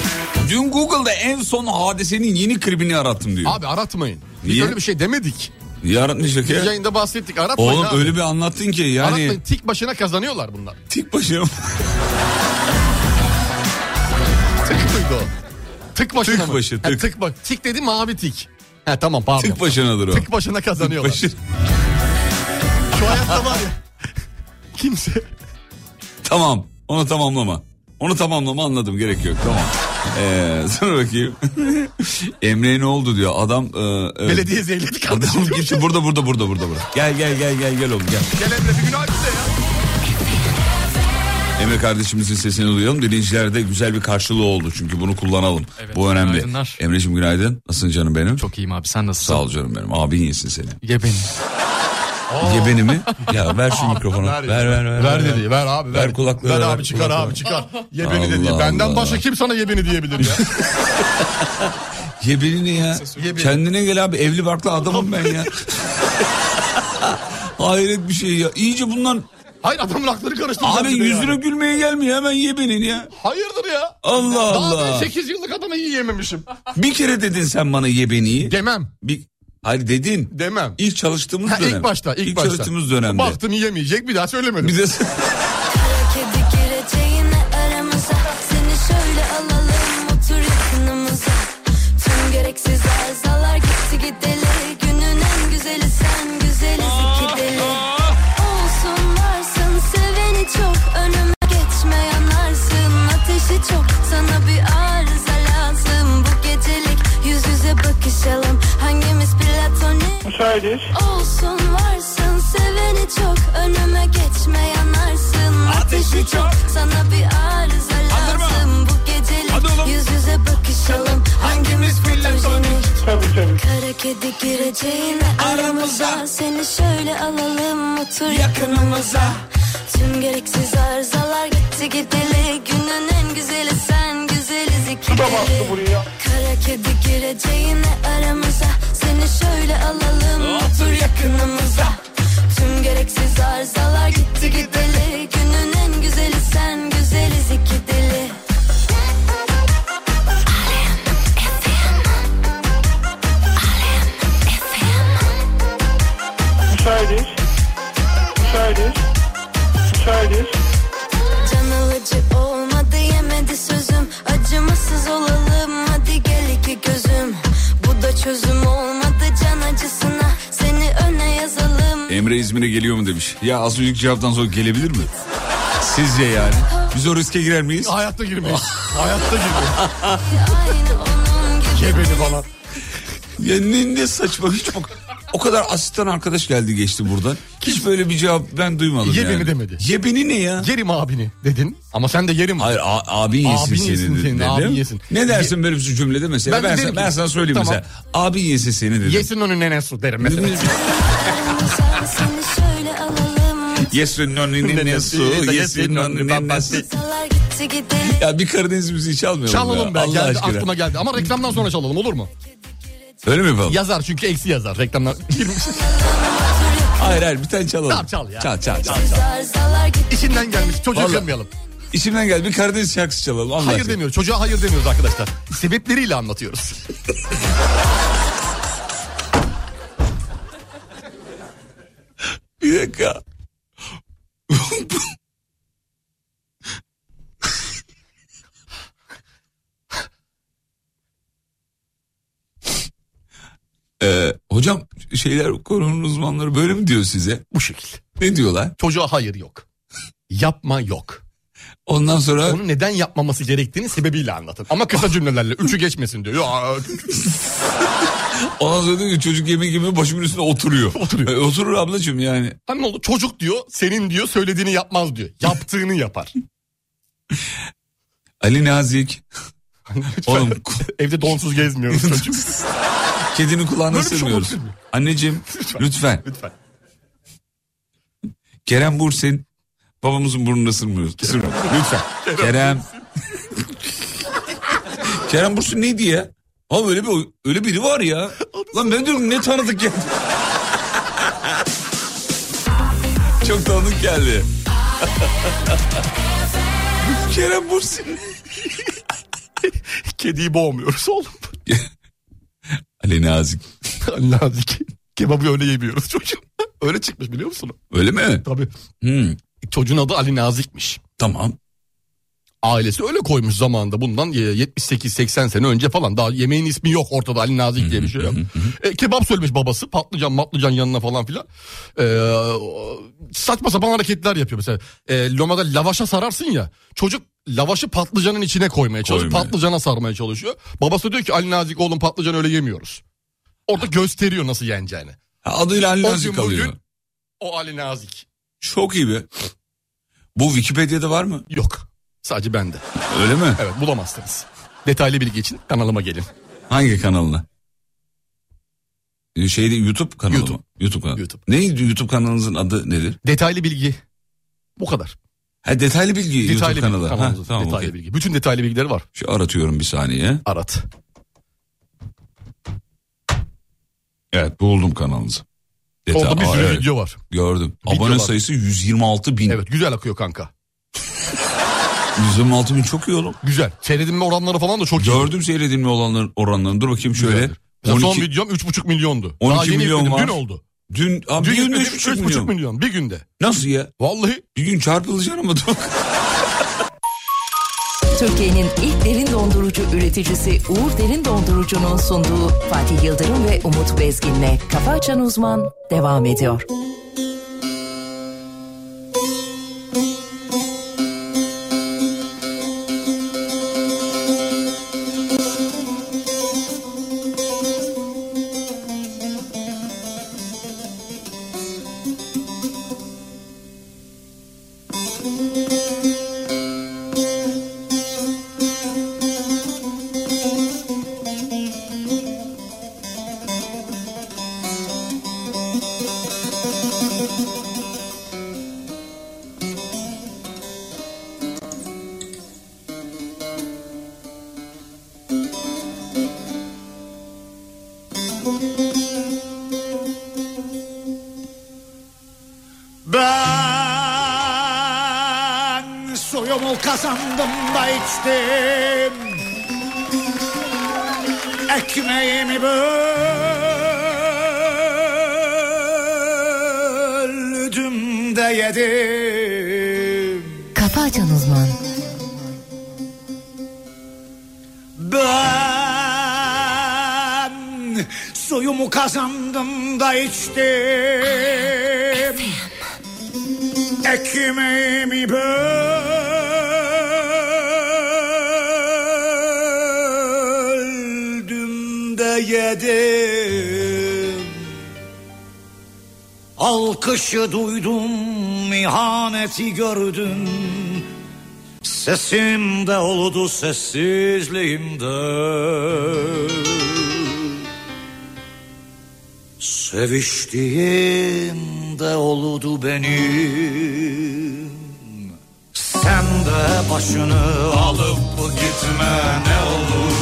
Speaker 3: Dün Google'da en son hadisenin yeni klibini arattım diyor.
Speaker 2: Abi aratmayın. Biz
Speaker 3: Niye?
Speaker 2: öyle bir şey demedik.
Speaker 3: Niye aratmayacak
Speaker 2: Biz
Speaker 3: ya?
Speaker 2: yayında bahsettik. Aratmayın
Speaker 3: Oğlum
Speaker 2: abi.
Speaker 3: öyle bir anlattın ki yani.
Speaker 2: Aratmayın. Tik başına kazanıyorlar bunlar.
Speaker 3: Tik başına
Speaker 2: Tıkıydı o. Tık başına
Speaker 3: Tık
Speaker 2: mı?
Speaker 3: başı,
Speaker 2: Ha,
Speaker 3: tık.
Speaker 2: tık, ba- tik dedi mavi tik. He tamam pardon.
Speaker 3: tık başınadır o.
Speaker 2: Tık başına kazanıyorlar.
Speaker 3: Başı-
Speaker 2: Şu hayatta var ya. [laughs] Kimse.
Speaker 3: Tamam. Onu tamamlama. Onu tamamlama anladım gerek yok tamam. Ee, [laughs] sonra bakayım. Emre'ye ne oldu diyor. Adam e, e,
Speaker 2: Belediye zehirledi kardeşim.
Speaker 3: Adam gitti burada burada burada burada burada. Gel gel gel gel gel oğlum gel.
Speaker 2: Gel Emre bir günah bize ya.
Speaker 3: Emre kardeşimizin sesini duyalım. Dinleyicilerde güzel bir karşılığı oldu çünkü bunu kullanalım.
Speaker 8: Evet,
Speaker 3: Bu önemli.
Speaker 8: günaydınlar.
Speaker 3: Emre'cim günaydın. Nasılsın canım benim?
Speaker 8: Çok iyiyim abi sen nasılsın?
Speaker 3: Sağ ol canım benim. Abin iyisin seni.
Speaker 8: Ye beni.
Speaker 3: Ye beni mi? Ya ver şu mikrofonu. Ver ver ver. ver,
Speaker 2: Ver dedi. Ver abi.
Speaker 3: Ver kulakları,
Speaker 2: Ver
Speaker 3: ver
Speaker 2: abi çıkar
Speaker 3: kulakları.
Speaker 2: abi
Speaker 3: [laughs]
Speaker 2: çıkar. Ye beni
Speaker 3: Allah
Speaker 2: dedi. Benden
Speaker 3: Allah.
Speaker 2: başka kim sana ye beni diyebilir ya?
Speaker 3: [laughs] Ye beni ne ya?
Speaker 2: Ye beni.
Speaker 3: Kendine gel abi. Evli barklı adamım ben ya. Hayret bir şey ya. İyice bundan
Speaker 2: Hayır adamın aklını karıştırdı.
Speaker 3: abi yüzüne gülmeye gelmiyor. Hemen ye beni ya.
Speaker 2: Hayırdır ya?
Speaker 3: Allah
Speaker 2: Daha ben
Speaker 3: Allah.
Speaker 2: 8 yıllık adamı yiyememişim.
Speaker 3: Bir kere dedin sen bana ye beniyi.
Speaker 2: Demem.
Speaker 3: Bir, hayır dedin.
Speaker 2: Demem.
Speaker 3: İlk çalıştığımız
Speaker 2: Ha,
Speaker 3: dönem.
Speaker 2: ilk başta. Ilk, başta.
Speaker 3: çalıştığımız dönemde.
Speaker 2: Baktım yiyemeyecek bir daha söylemedim.
Speaker 3: Bir de
Speaker 7: Kedi gireceğine aramıza Seni şöyle alalım otur yakınımıza Tüm gereksiz arzalar gitti gitti
Speaker 8: Hayır.
Speaker 7: Olsun varsın seveni çok önüme geçme yanarsın ateşi çok sana bir arıza
Speaker 3: Hazır mı?
Speaker 7: lazım bu
Speaker 3: Hadi oğlum.
Speaker 7: gecelik yüz yüze bakışalım hangimiz platonik
Speaker 8: Tabii tabii.
Speaker 7: kara kedi gireceğine aramıza seni şöyle alalım otur
Speaker 3: Yakınımıza
Speaker 7: tüm gereksiz arızalar gitti gideli günün en güzeli sen güzeliz
Speaker 8: Su da
Speaker 7: ikili
Speaker 8: bastı buraya.
Speaker 7: Kara kedi gireceğine aramıza Seni şöyle alalım otur yakınımıza Tüm gereksiz arızalar gitti gideli Günün en güzeli sen güzeliz iki deli
Speaker 8: Müsaitiz. Müsaitiz. Müsaitiz.
Speaker 7: Can alıcı olmadı yemedi sözüm Acımasız olalım hadi gel iki gözüm Bu da çözüm olmadı can acısına Seni öne
Speaker 3: [laughs]
Speaker 7: yazalım
Speaker 3: Emre İzmir'e geliyor mu demiş. Ya az önceki cevaptan sonra gelebilir mi? Sizce yani. Biz o riske girer miyiz?
Speaker 2: Hayatta girmeyiz.
Speaker 3: Ah.
Speaker 2: Hayatta girmeyiz.
Speaker 7: Aynı onun gibi
Speaker 2: Gebeli falan.
Speaker 3: [laughs] Ya ne, ne saçma hiç bak. O kadar asistan arkadaş geldi geçti buradan. Hiç böyle bir cevap ben duymadım
Speaker 2: Yebeni
Speaker 3: yani.
Speaker 2: demedi.
Speaker 3: Yebeni ne ya?
Speaker 2: Yerim abini dedin. Ama sen de yerim.
Speaker 3: Hayır a- abin yesin
Speaker 2: Abin
Speaker 3: seni.
Speaker 2: yesin
Speaker 3: dedi,
Speaker 2: seni,
Speaker 3: dedim.
Speaker 2: abin yesin.
Speaker 3: Ne dersin böyle bir cümlede mesela?
Speaker 2: Ben
Speaker 3: Ben,
Speaker 2: de
Speaker 3: sana,
Speaker 2: derim ki-
Speaker 3: ben sana söyleyeyim
Speaker 2: Tamam.
Speaker 3: mesela. Abin yesin seni dedim.
Speaker 2: Yesin onun nenesi derim mesela.
Speaker 7: aramıza Seni şöyle alalım
Speaker 3: Yesin onun ne su, yesin onun ne su.
Speaker 7: Arızalar gitti gideli
Speaker 3: Ya bir Karadeniz müziği çalmayalım
Speaker 2: Çalalım
Speaker 3: ya.
Speaker 2: be.
Speaker 3: Allah
Speaker 2: geldi,
Speaker 3: aşkına.
Speaker 2: aklıma geldi. Ama reklamdan sonra çalalım olur mu?
Speaker 3: Öyle mi yapalım?
Speaker 2: Yazar çünkü eksi yazar. Reklamdan.
Speaker 3: Hayır hayır bir tane çalalım.
Speaker 2: Tamam, çal ya.
Speaker 3: Çal çal çal.
Speaker 7: Arızalar gitti
Speaker 2: İçinden gelmiş. Çocuğu
Speaker 3: Vallahi.
Speaker 2: kırmayalım.
Speaker 3: İçimden geldi bir Karadeniz şarkısı çalalım. Allah
Speaker 2: Hayır
Speaker 3: aşkına.
Speaker 2: demiyoruz. Çocuğa hayır demiyoruz arkadaşlar. Sebepleriyle anlatıyoruz.
Speaker 3: Bir dakika. [laughs] Ee, hocam şeyler konunun uzmanları böyle mi diyor size?
Speaker 2: Bu şekilde.
Speaker 3: Ne diyorlar?
Speaker 2: Çocuğa hayır yok. Yapma yok.
Speaker 3: Ondan sonra
Speaker 2: Onu neden yapmaması gerektiğini sebebiyle anlatın. Ama kısa cümlelerle. Üçü geçmesin diyor. Ya,
Speaker 3: ondan sonra diyor ki çocuk yemek yemeye başımın üstüne oturuyor.
Speaker 2: Oturuyor.
Speaker 3: Ee, oturur ablacığım yani.
Speaker 2: Hani ne oldu? Çocuk diyor senin diyor söylediğini yapmaz diyor. Yaptığını yapar. [laughs]
Speaker 3: Ali Nazik. Oğlum ku-
Speaker 2: Evde donsuz gezmiyoruz [laughs] çocuk.
Speaker 3: kedinin kulağına
Speaker 2: Böyle bir şey
Speaker 3: sığmıyoruz.
Speaker 2: olabilir mi?
Speaker 3: Anneciğim lütfen.
Speaker 2: Lütfen.
Speaker 3: Kerem Bursin. Babamızın burnuna sırmıyoruz. Sırmıyor. Lütfen. Kerem. Kerem Bursin neydi ya? Abi öyle bir öyle biri var ya. Lan ben diyorum ne tanıdık ya. Çok tanıdık geldi. [laughs] Kerem Bursin.
Speaker 2: Kediyi boğmuyoruz oğlum. [laughs]
Speaker 3: Ali Nazik.
Speaker 2: Nazik. Kebabı öyle yemiyoruz çocuğum. Öyle çıkmış biliyor musun?
Speaker 3: Öyle mi?
Speaker 2: Tabii.
Speaker 3: Hmm,
Speaker 2: Çocuğun adı Ali Nazik'miş.
Speaker 3: tamam.
Speaker 2: Ailesi öyle koymuş zamanında bundan e, 78-80 sene önce falan. Daha yemeğin ismi yok ortada Ali Nazik diye bir şey yok. E, kebap söylemiş babası patlıcan matlıcan yanına falan filan. E, o- saçma sapan hareketler yapıyor mesela. E, lomada lavaşa sararsın ya çocuk lavaşı patlıcanın içine koymaya çalışıyor.
Speaker 3: Koymaya.
Speaker 2: Patlıcana sarmaya çalışıyor. Babası diyor ki Ali Nazik oğlum patlıcan öyle yemiyoruz. Orada gösteriyor nasıl yeneceğini.
Speaker 3: Ha, Adıyla Ali
Speaker 2: O
Speaker 3: Nazik
Speaker 2: gün bugün-
Speaker 3: alıyor.
Speaker 2: O Ali Nazik
Speaker 3: Çok iyi be. Bu Wikipedia'da var mı?
Speaker 2: yok. Sadece bende.
Speaker 3: Öyle mi?
Speaker 2: Evet bulamazsınız. Detaylı bilgi için kanalıma gelin.
Speaker 3: Hangi kanalına? Ee, Şeyde YouTube kanalı
Speaker 2: YouTube.
Speaker 3: mı? YouTube kanalı.
Speaker 2: YouTube.
Speaker 3: Neydi YouTube kanalınızın adı nedir?
Speaker 2: Detaylı bilgi bu kadar.
Speaker 3: Ha detaylı bilgi
Speaker 2: Detaylı
Speaker 3: YouTube
Speaker 2: bilgi.
Speaker 3: kanalı.
Speaker 2: Tamam,
Speaker 3: ha, tamam,
Speaker 2: detaylı
Speaker 3: okey.
Speaker 2: bilgi. Bütün detaylı bilgileri var.
Speaker 3: Şu aratıyorum bir saniye.
Speaker 2: Arat.
Speaker 3: Evet buldum kanalınızı. Detay-
Speaker 2: Orada bir
Speaker 3: Aa,
Speaker 2: sürü
Speaker 3: evet,
Speaker 2: video var.
Speaker 3: Gördüm.
Speaker 2: Videolar.
Speaker 3: Abone sayısı 126 bin.
Speaker 2: Evet güzel akıyor kanka.
Speaker 3: 126 bin çok iyi oğlum.
Speaker 2: Güzel. Seyredilme oranları falan da çok iyi.
Speaker 3: Gördüm seyredilme olanların oranlarını. Dur bakayım şöyle.
Speaker 2: Güzeldir. Mesela Son
Speaker 3: 12,
Speaker 2: videom 3,5 milyondu.
Speaker 3: 12
Speaker 2: Daha yeni
Speaker 3: milyon
Speaker 2: yükledim.
Speaker 3: var.
Speaker 2: Dün oldu.
Speaker 3: dün, abi
Speaker 2: Dün
Speaker 3: dün,
Speaker 2: yükledim,
Speaker 3: üç buçuk
Speaker 2: 3,5 milyon.
Speaker 3: milyon.
Speaker 2: milyon. Bir günde.
Speaker 3: Nasıl ya?
Speaker 2: Vallahi
Speaker 3: Bir gün çarpılacaksın ama dur.
Speaker 4: Türkiye'nin ilk derin dondurucu üreticisi Uğur Derin Dondurucu'nun sunduğu Fatih Yıldırım ve Umut Bezgin'le Kafa Açan Uzman devam ediyor.
Speaker 6: kazandım da içtim Ekmeğimi böldüm de yedim
Speaker 4: Kafa açan uzman.
Speaker 6: Ben suyumu kazandım da içtim Ekmeğimi böldüm de yedim Alkışı duydum, ihaneti gördüm Sesimde oldu sessizliğimde Seviştiğim de oldu benim Sen de başını alıp gitme ne olur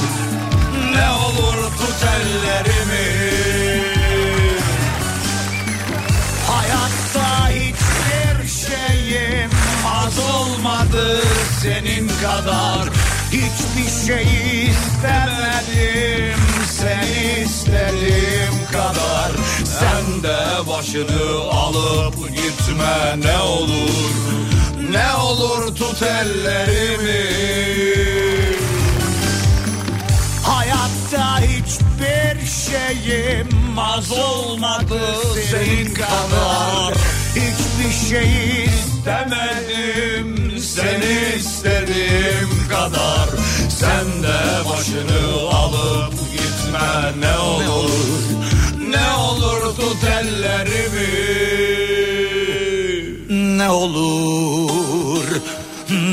Speaker 6: Ne olur tut ellerimi Hayatta hiçbir şeyim az olmadı senin kadar Hiçbir şey istemedim seni istediğim kadar Sen de başını alıp gitme ne olur Ne olur tut ellerimi Hayatta hiçbir şeyim az olmadı senin kadar Hiçbir şey istemedim seni istediğim kadar Sen de başını alıp gitme ne olur Ne olur tut ellerimi Ne olur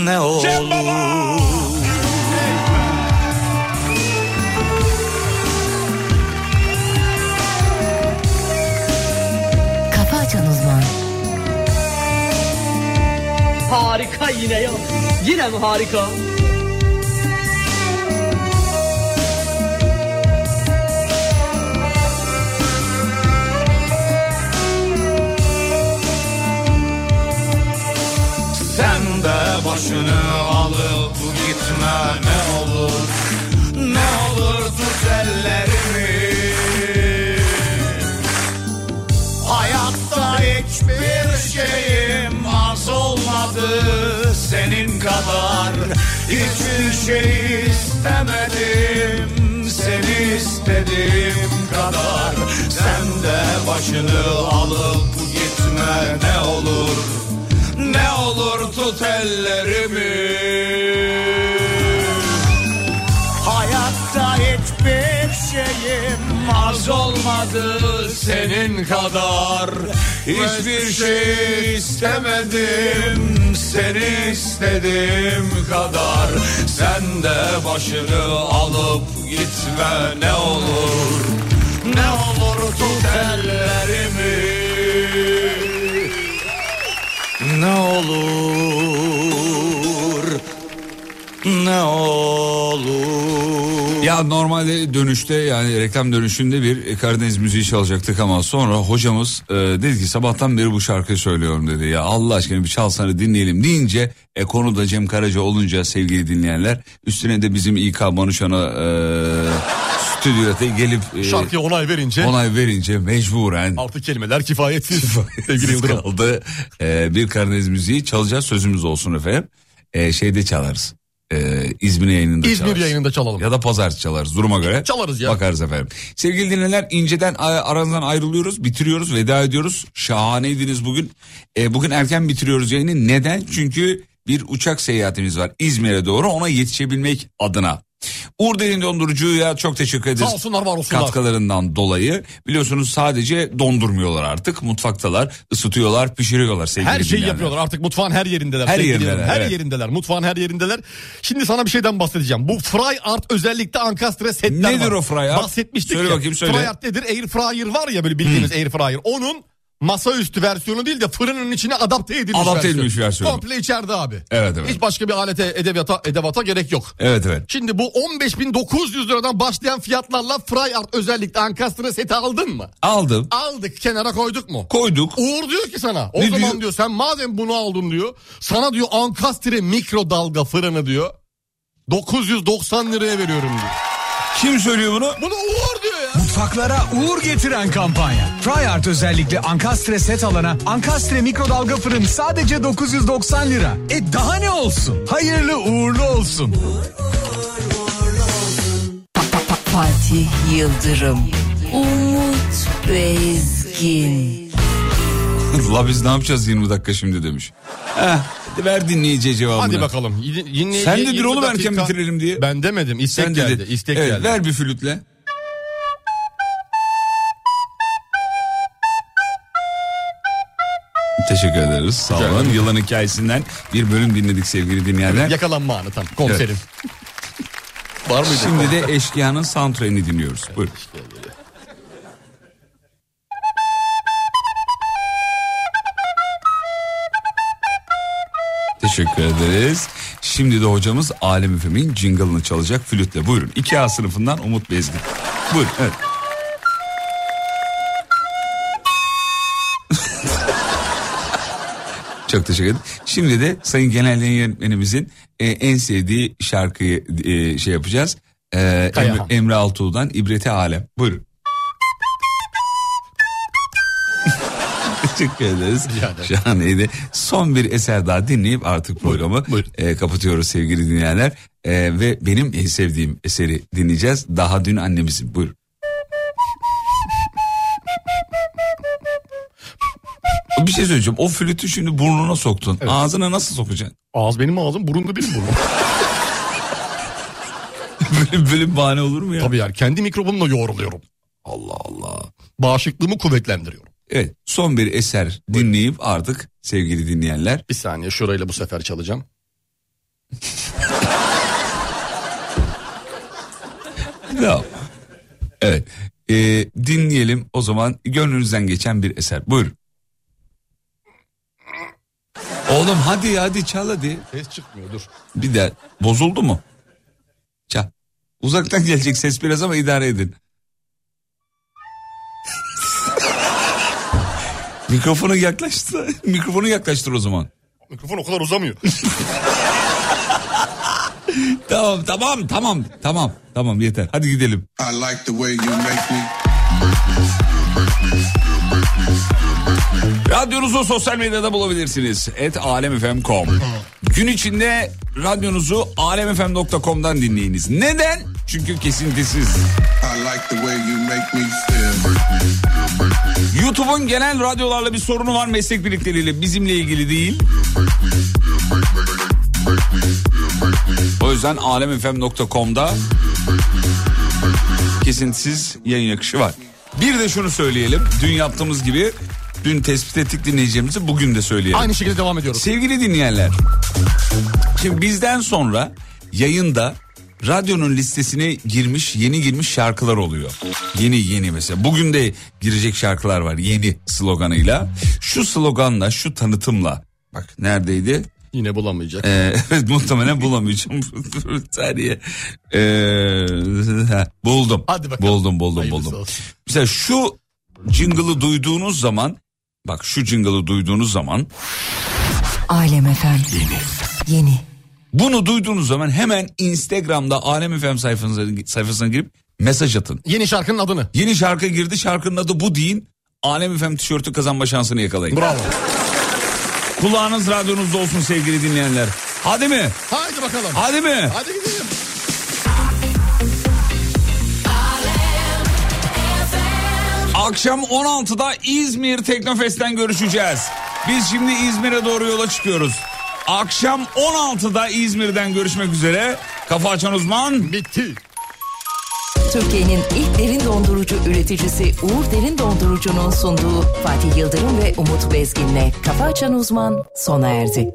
Speaker 6: ne olur
Speaker 4: Kafa açan uzman.
Speaker 9: Harika yine ya. Yine mi harika?
Speaker 6: Sen de başını alıp gitme ne olur Ne olur tut ellerimi Hayatta hiçbir şeyim az olmadı senin kadar Hiçbir şey istemedim seni istediğim kadar Sen de başını alıp gitme ne olur ne olur tut ellerimi Hayatta hiçbir şeyim az olmadı senin kadar Hiçbir şey istemedim seni istediğim kadar Sen de başını alıp gitme ne olur Ne olur tut ellerimi ne olur Ne olur
Speaker 3: Ya normalde dönüşte yani reklam dönüşünde bir Karadeniz müziği çalacaktık ama sonra hocamız e, dedi ki sabahtan beri bu şarkıyı söylüyorum dedi. Ya Allah aşkına bir çalsana dinleyelim deyince e, konu da Cem Karaca olunca sevgili dinleyenler üstüne de bizim İK Manuşan'a e, stüdyoda gelip e,
Speaker 2: Şarkıya onay verince
Speaker 3: onay verince mecburen
Speaker 2: altı kelimeler kifayetsiz. [laughs] Sevgili
Speaker 3: Siz
Speaker 2: Yıldırım.
Speaker 3: kaldı. Ee, bir Karadeniz müziği çalacağız sözümüz olsun efendim. Ee, şeyde çalarız. Ee, İzmir yayınında
Speaker 2: İzmir
Speaker 3: çalarız.
Speaker 2: yayınında çalalım.
Speaker 3: Ya da pazartesi çalarız duruma göre.
Speaker 2: Çalarız ya.
Speaker 3: Bakarız efendim. Sevgili dinleyenler inceden a- aranızdan ayrılıyoruz. Bitiriyoruz veda ediyoruz. Şahaneydiniz bugün. Ee, bugün erken bitiriyoruz yayını. Neden? Çünkü bir uçak seyahatimiz var İzmir'e doğru ona yetişebilmek adına. Uğur Derin Dondurucu'ya çok teşekkür ederiz.
Speaker 2: Sağ olsunlar, var olsunlar.
Speaker 3: Katkılarından dolayı biliyorsunuz sadece dondurmuyorlar artık. Mutfaktalar, ısıtıyorlar, pişiriyorlar sevgili
Speaker 2: Her şeyi
Speaker 3: dinleyenler.
Speaker 2: yapıyorlar artık mutfağın her yerindeler.
Speaker 3: Her
Speaker 2: sevgili
Speaker 3: yerindeler,
Speaker 2: yavrum. Her
Speaker 3: evet.
Speaker 2: yerindeler. Mutfağın her yerindeler. Şimdi sana bir şeyden bahsedeceğim. Bu fry art özellikle Ankastre setler
Speaker 3: Nedir
Speaker 2: var.
Speaker 3: o fry art?
Speaker 2: Bahsetmiştik
Speaker 3: Söyle
Speaker 2: ya.
Speaker 3: bakayım, söyle.
Speaker 2: Fry art nedir? Air fryer var ya böyle bildiğimiz air fryer. Onun masaüstü versiyonu değil de fırının içine adapte edilmiş
Speaker 3: Adapte edilmiş versiyonu.
Speaker 2: Komple içeride abi.
Speaker 3: Evet, evet.
Speaker 2: Hiç başka bir alete edebiyata, edebata gerek yok.
Speaker 3: Evet evet.
Speaker 2: Şimdi bu 15.900 liradan başlayan fiyatlarla Fryart özellikle Ankastre seti aldın mı?
Speaker 3: Aldım.
Speaker 2: Aldık kenara koyduk mu?
Speaker 3: Koyduk.
Speaker 2: Uğur diyor ki sana o
Speaker 3: Ne
Speaker 2: zaman diyor?
Speaker 3: diyor?
Speaker 2: sen madem bunu aldın diyor sana diyor Ankastre mikrodalga fırını diyor 990 liraya veriyorum diyor.
Speaker 3: Kim söylüyor bunu?
Speaker 2: Bunu Uğur diyor ya.
Speaker 10: Mutfaklara uğur getiren kampanya. Fryart özellikle Ankastre set alana Ankastre mikrodalga fırın sadece 990 lira. E daha ne olsun? Hayırlı uğurlu olsun.
Speaker 4: Fatih Yıldırım. Umut Bezgin.
Speaker 3: La biz ne yapacağız 20 dakika şimdi demiş. Heh, ver dinleyiciye cevabını.
Speaker 2: Hadi bakalım. Yine- yine-
Speaker 3: Sen
Speaker 2: yine
Speaker 3: dedin
Speaker 2: 20
Speaker 3: oğlum
Speaker 2: dakika-
Speaker 3: erken bitirelim diye.
Speaker 2: Ben demedim. İstek
Speaker 3: Sen
Speaker 2: geldi.
Speaker 3: dedin.
Speaker 2: İstek
Speaker 3: evet,
Speaker 2: geldi.
Speaker 3: Ver bir flütle. Teşekkür ederiz. Sağ olun. Yılan hikayesinden bir bölüm dinledik sevgili dinleyenler.
Speaker 2: Yakalanma anı tam
Speaker 3: [laughs]
Speaker 2: komiserim. Var mıydı?
Speaker 3: Şimdi de Eşkıya'nın soundtrack'ini dinliyoruz. Buyurun. Teşekkür ederiz. Şimdi de hocamız Alem Efem'in jingle'ını çalacak flütle. Buyurun. 2A sınıfından Umut Bezgin. Buyurun. Evet. Çok teşekkür ederim. Şimdi de Sayın Genel Yayın Yönetmenimizin e, en sevdiği şarkıyı e, şey yapacağız. E, Emre,
Speaker 2: Kayahan.
Speaker 3: Emre Altuğ'dan İbreti Alem.
Speaker 2: [laughs]
Speaker 3: Buyurun. teşekkür ederiz.
Speaker 2: Rica ederim.
Speaker 3: Şahaneydi. Son bir eser daha dinleyip artık programı
Speaker 2: buyurun.
Speaker 3: e, kapatıyoruz sevgili dinleyenler. E, ve benim en sevdiğim eseri dinleyeceğiz. Daha dün annemizin. Buyurun. Bir şey söyleyeceğim. O flütü şimdi burnuna soktun. Ağzına nasıl sokacaksın? [laughs]
Speaker 2: Ağız benim ağzım burunda benim burnum.
Speaker 3: böyle, böyle bir bahane olur mu ya?
Speaker 2: Tabii yani kendi mikrobumla yoğruluyorum.
Speaker 3: Allah Allah.
Speaker 2: Bağışıklığımı kuvvetlendiriyorum.
Speaker 3: Evet son bir eser dinleyip artık sevgili dinleyenler.
Speaker 2: Bir saniye şurayla bu sefer çalacağım.
Speaker 3: Tamam. Evet. E, dinleyelim o zaman gönlünüzden geçen bir eser. Buyurun. Oğlum hadi hadi çal hadi.
Speaker 2: Ses çıkmıyor dur.
Speaker 3: Bir de bozuldu mu? Çal. Uzaktan gelecek ses biraz ama idare edin. Mikrofonu yaklaştı. [laughs] Mikrofonu yaklaştır o zaman.
Speaker 2: Mikrofon o kadar uzamıyor.
Speaker 3: Tamam tamam tamam tamam tamam yeter. Hadi gidelim.
Speaker 11: I like the way you make me.
Speaker 3: Radyonuzu sosyal medyada bulabilirsiniz. Et alemfm.com Gün içinde radyonuzu alemfm.com'dan dinleyiniz. Neden? Çünkü kesintisiz.
Speaker 11: I like the way you make me feel.
Speaker 3: YouTube'un genel radyolarla bir sorunu var meslek birlikleriyle bizimle ilgili değil. O yüzden alemfm.com'da kesintisiz yayın akışı var. Bir de şunu söyleyelim. Dün yaptığımız gibi dün tespit ettik dinleyeceğimizi bugün de söyleyelim.
Speaker 2: Aynı şekilde devam ediyoruz.
Speaker 3: Sevgili dinleyenler. Şimdi bizden sonra yayında radyonun listesine girmiş yeni girmiş şarkılar oluyor. Yeni yeni mesela. Bugün de girecek şarkılar var yeni sloganıyla. Şu sloganla şu tanıtımla. Bak neredeydi?
Speaker 2: Yine bulamayacak.
Speaker 3: Ee, [laughs] evet muhtemelen bulamayacağım. [laughs] Bir saniye. Ee, ha, buldum.
Speaker 2: Hadi bakalım.
Speaker 3: Buldum buldum
Speaker 2: Hayırlısı
Speaker 3: buldum.
Speaker 2: olsun.
Speaker 3: Mesela şu jingle'ı duyduğunuz zaman bak şu jingle'ı duyduğunuz zaman
Speaker 4: Alem efendim. Yeni. Yeni.
Speaker 3: Bunu duyduğunuz zaman hemen Instagram'da Alem FM sayfasına, sayfasına girip mesaj atın.
Speaker 2: Yeni şarkının adını.
Speaker 3: Yeni şarkı girdi şarkının adı bu deyin. Alem FM tişörtü kazanma şansını yakalayın.
Speaker 2: Bravo.
Speaker 3: Kulağınız radyonuzda olsun sevgili dinleyenler. Hadi mi?
Speaker 2: Haydi bakalım.
Speaker 3: Hadi mi?
Speaker 2: Hadi gidelim.
Speaker 3: Akşam 16'da İzmir Teknofest'ten görüşeceğiz. Biz şimdi İzmir'e doğru yola çıkıyoruz. Akşam 16'da İzmir'den görüşmek üzere. Kafa açan uzman.
Speaker 2: Bitti.
Speaker 4: Türkiye'nin ilk derin dondurucu üreticisi Uğur Derin Dondurucu'nun sunduğu Fatih Yıldırım ve Umut Bezgin'le Kafa Açan Uzman sona erdi.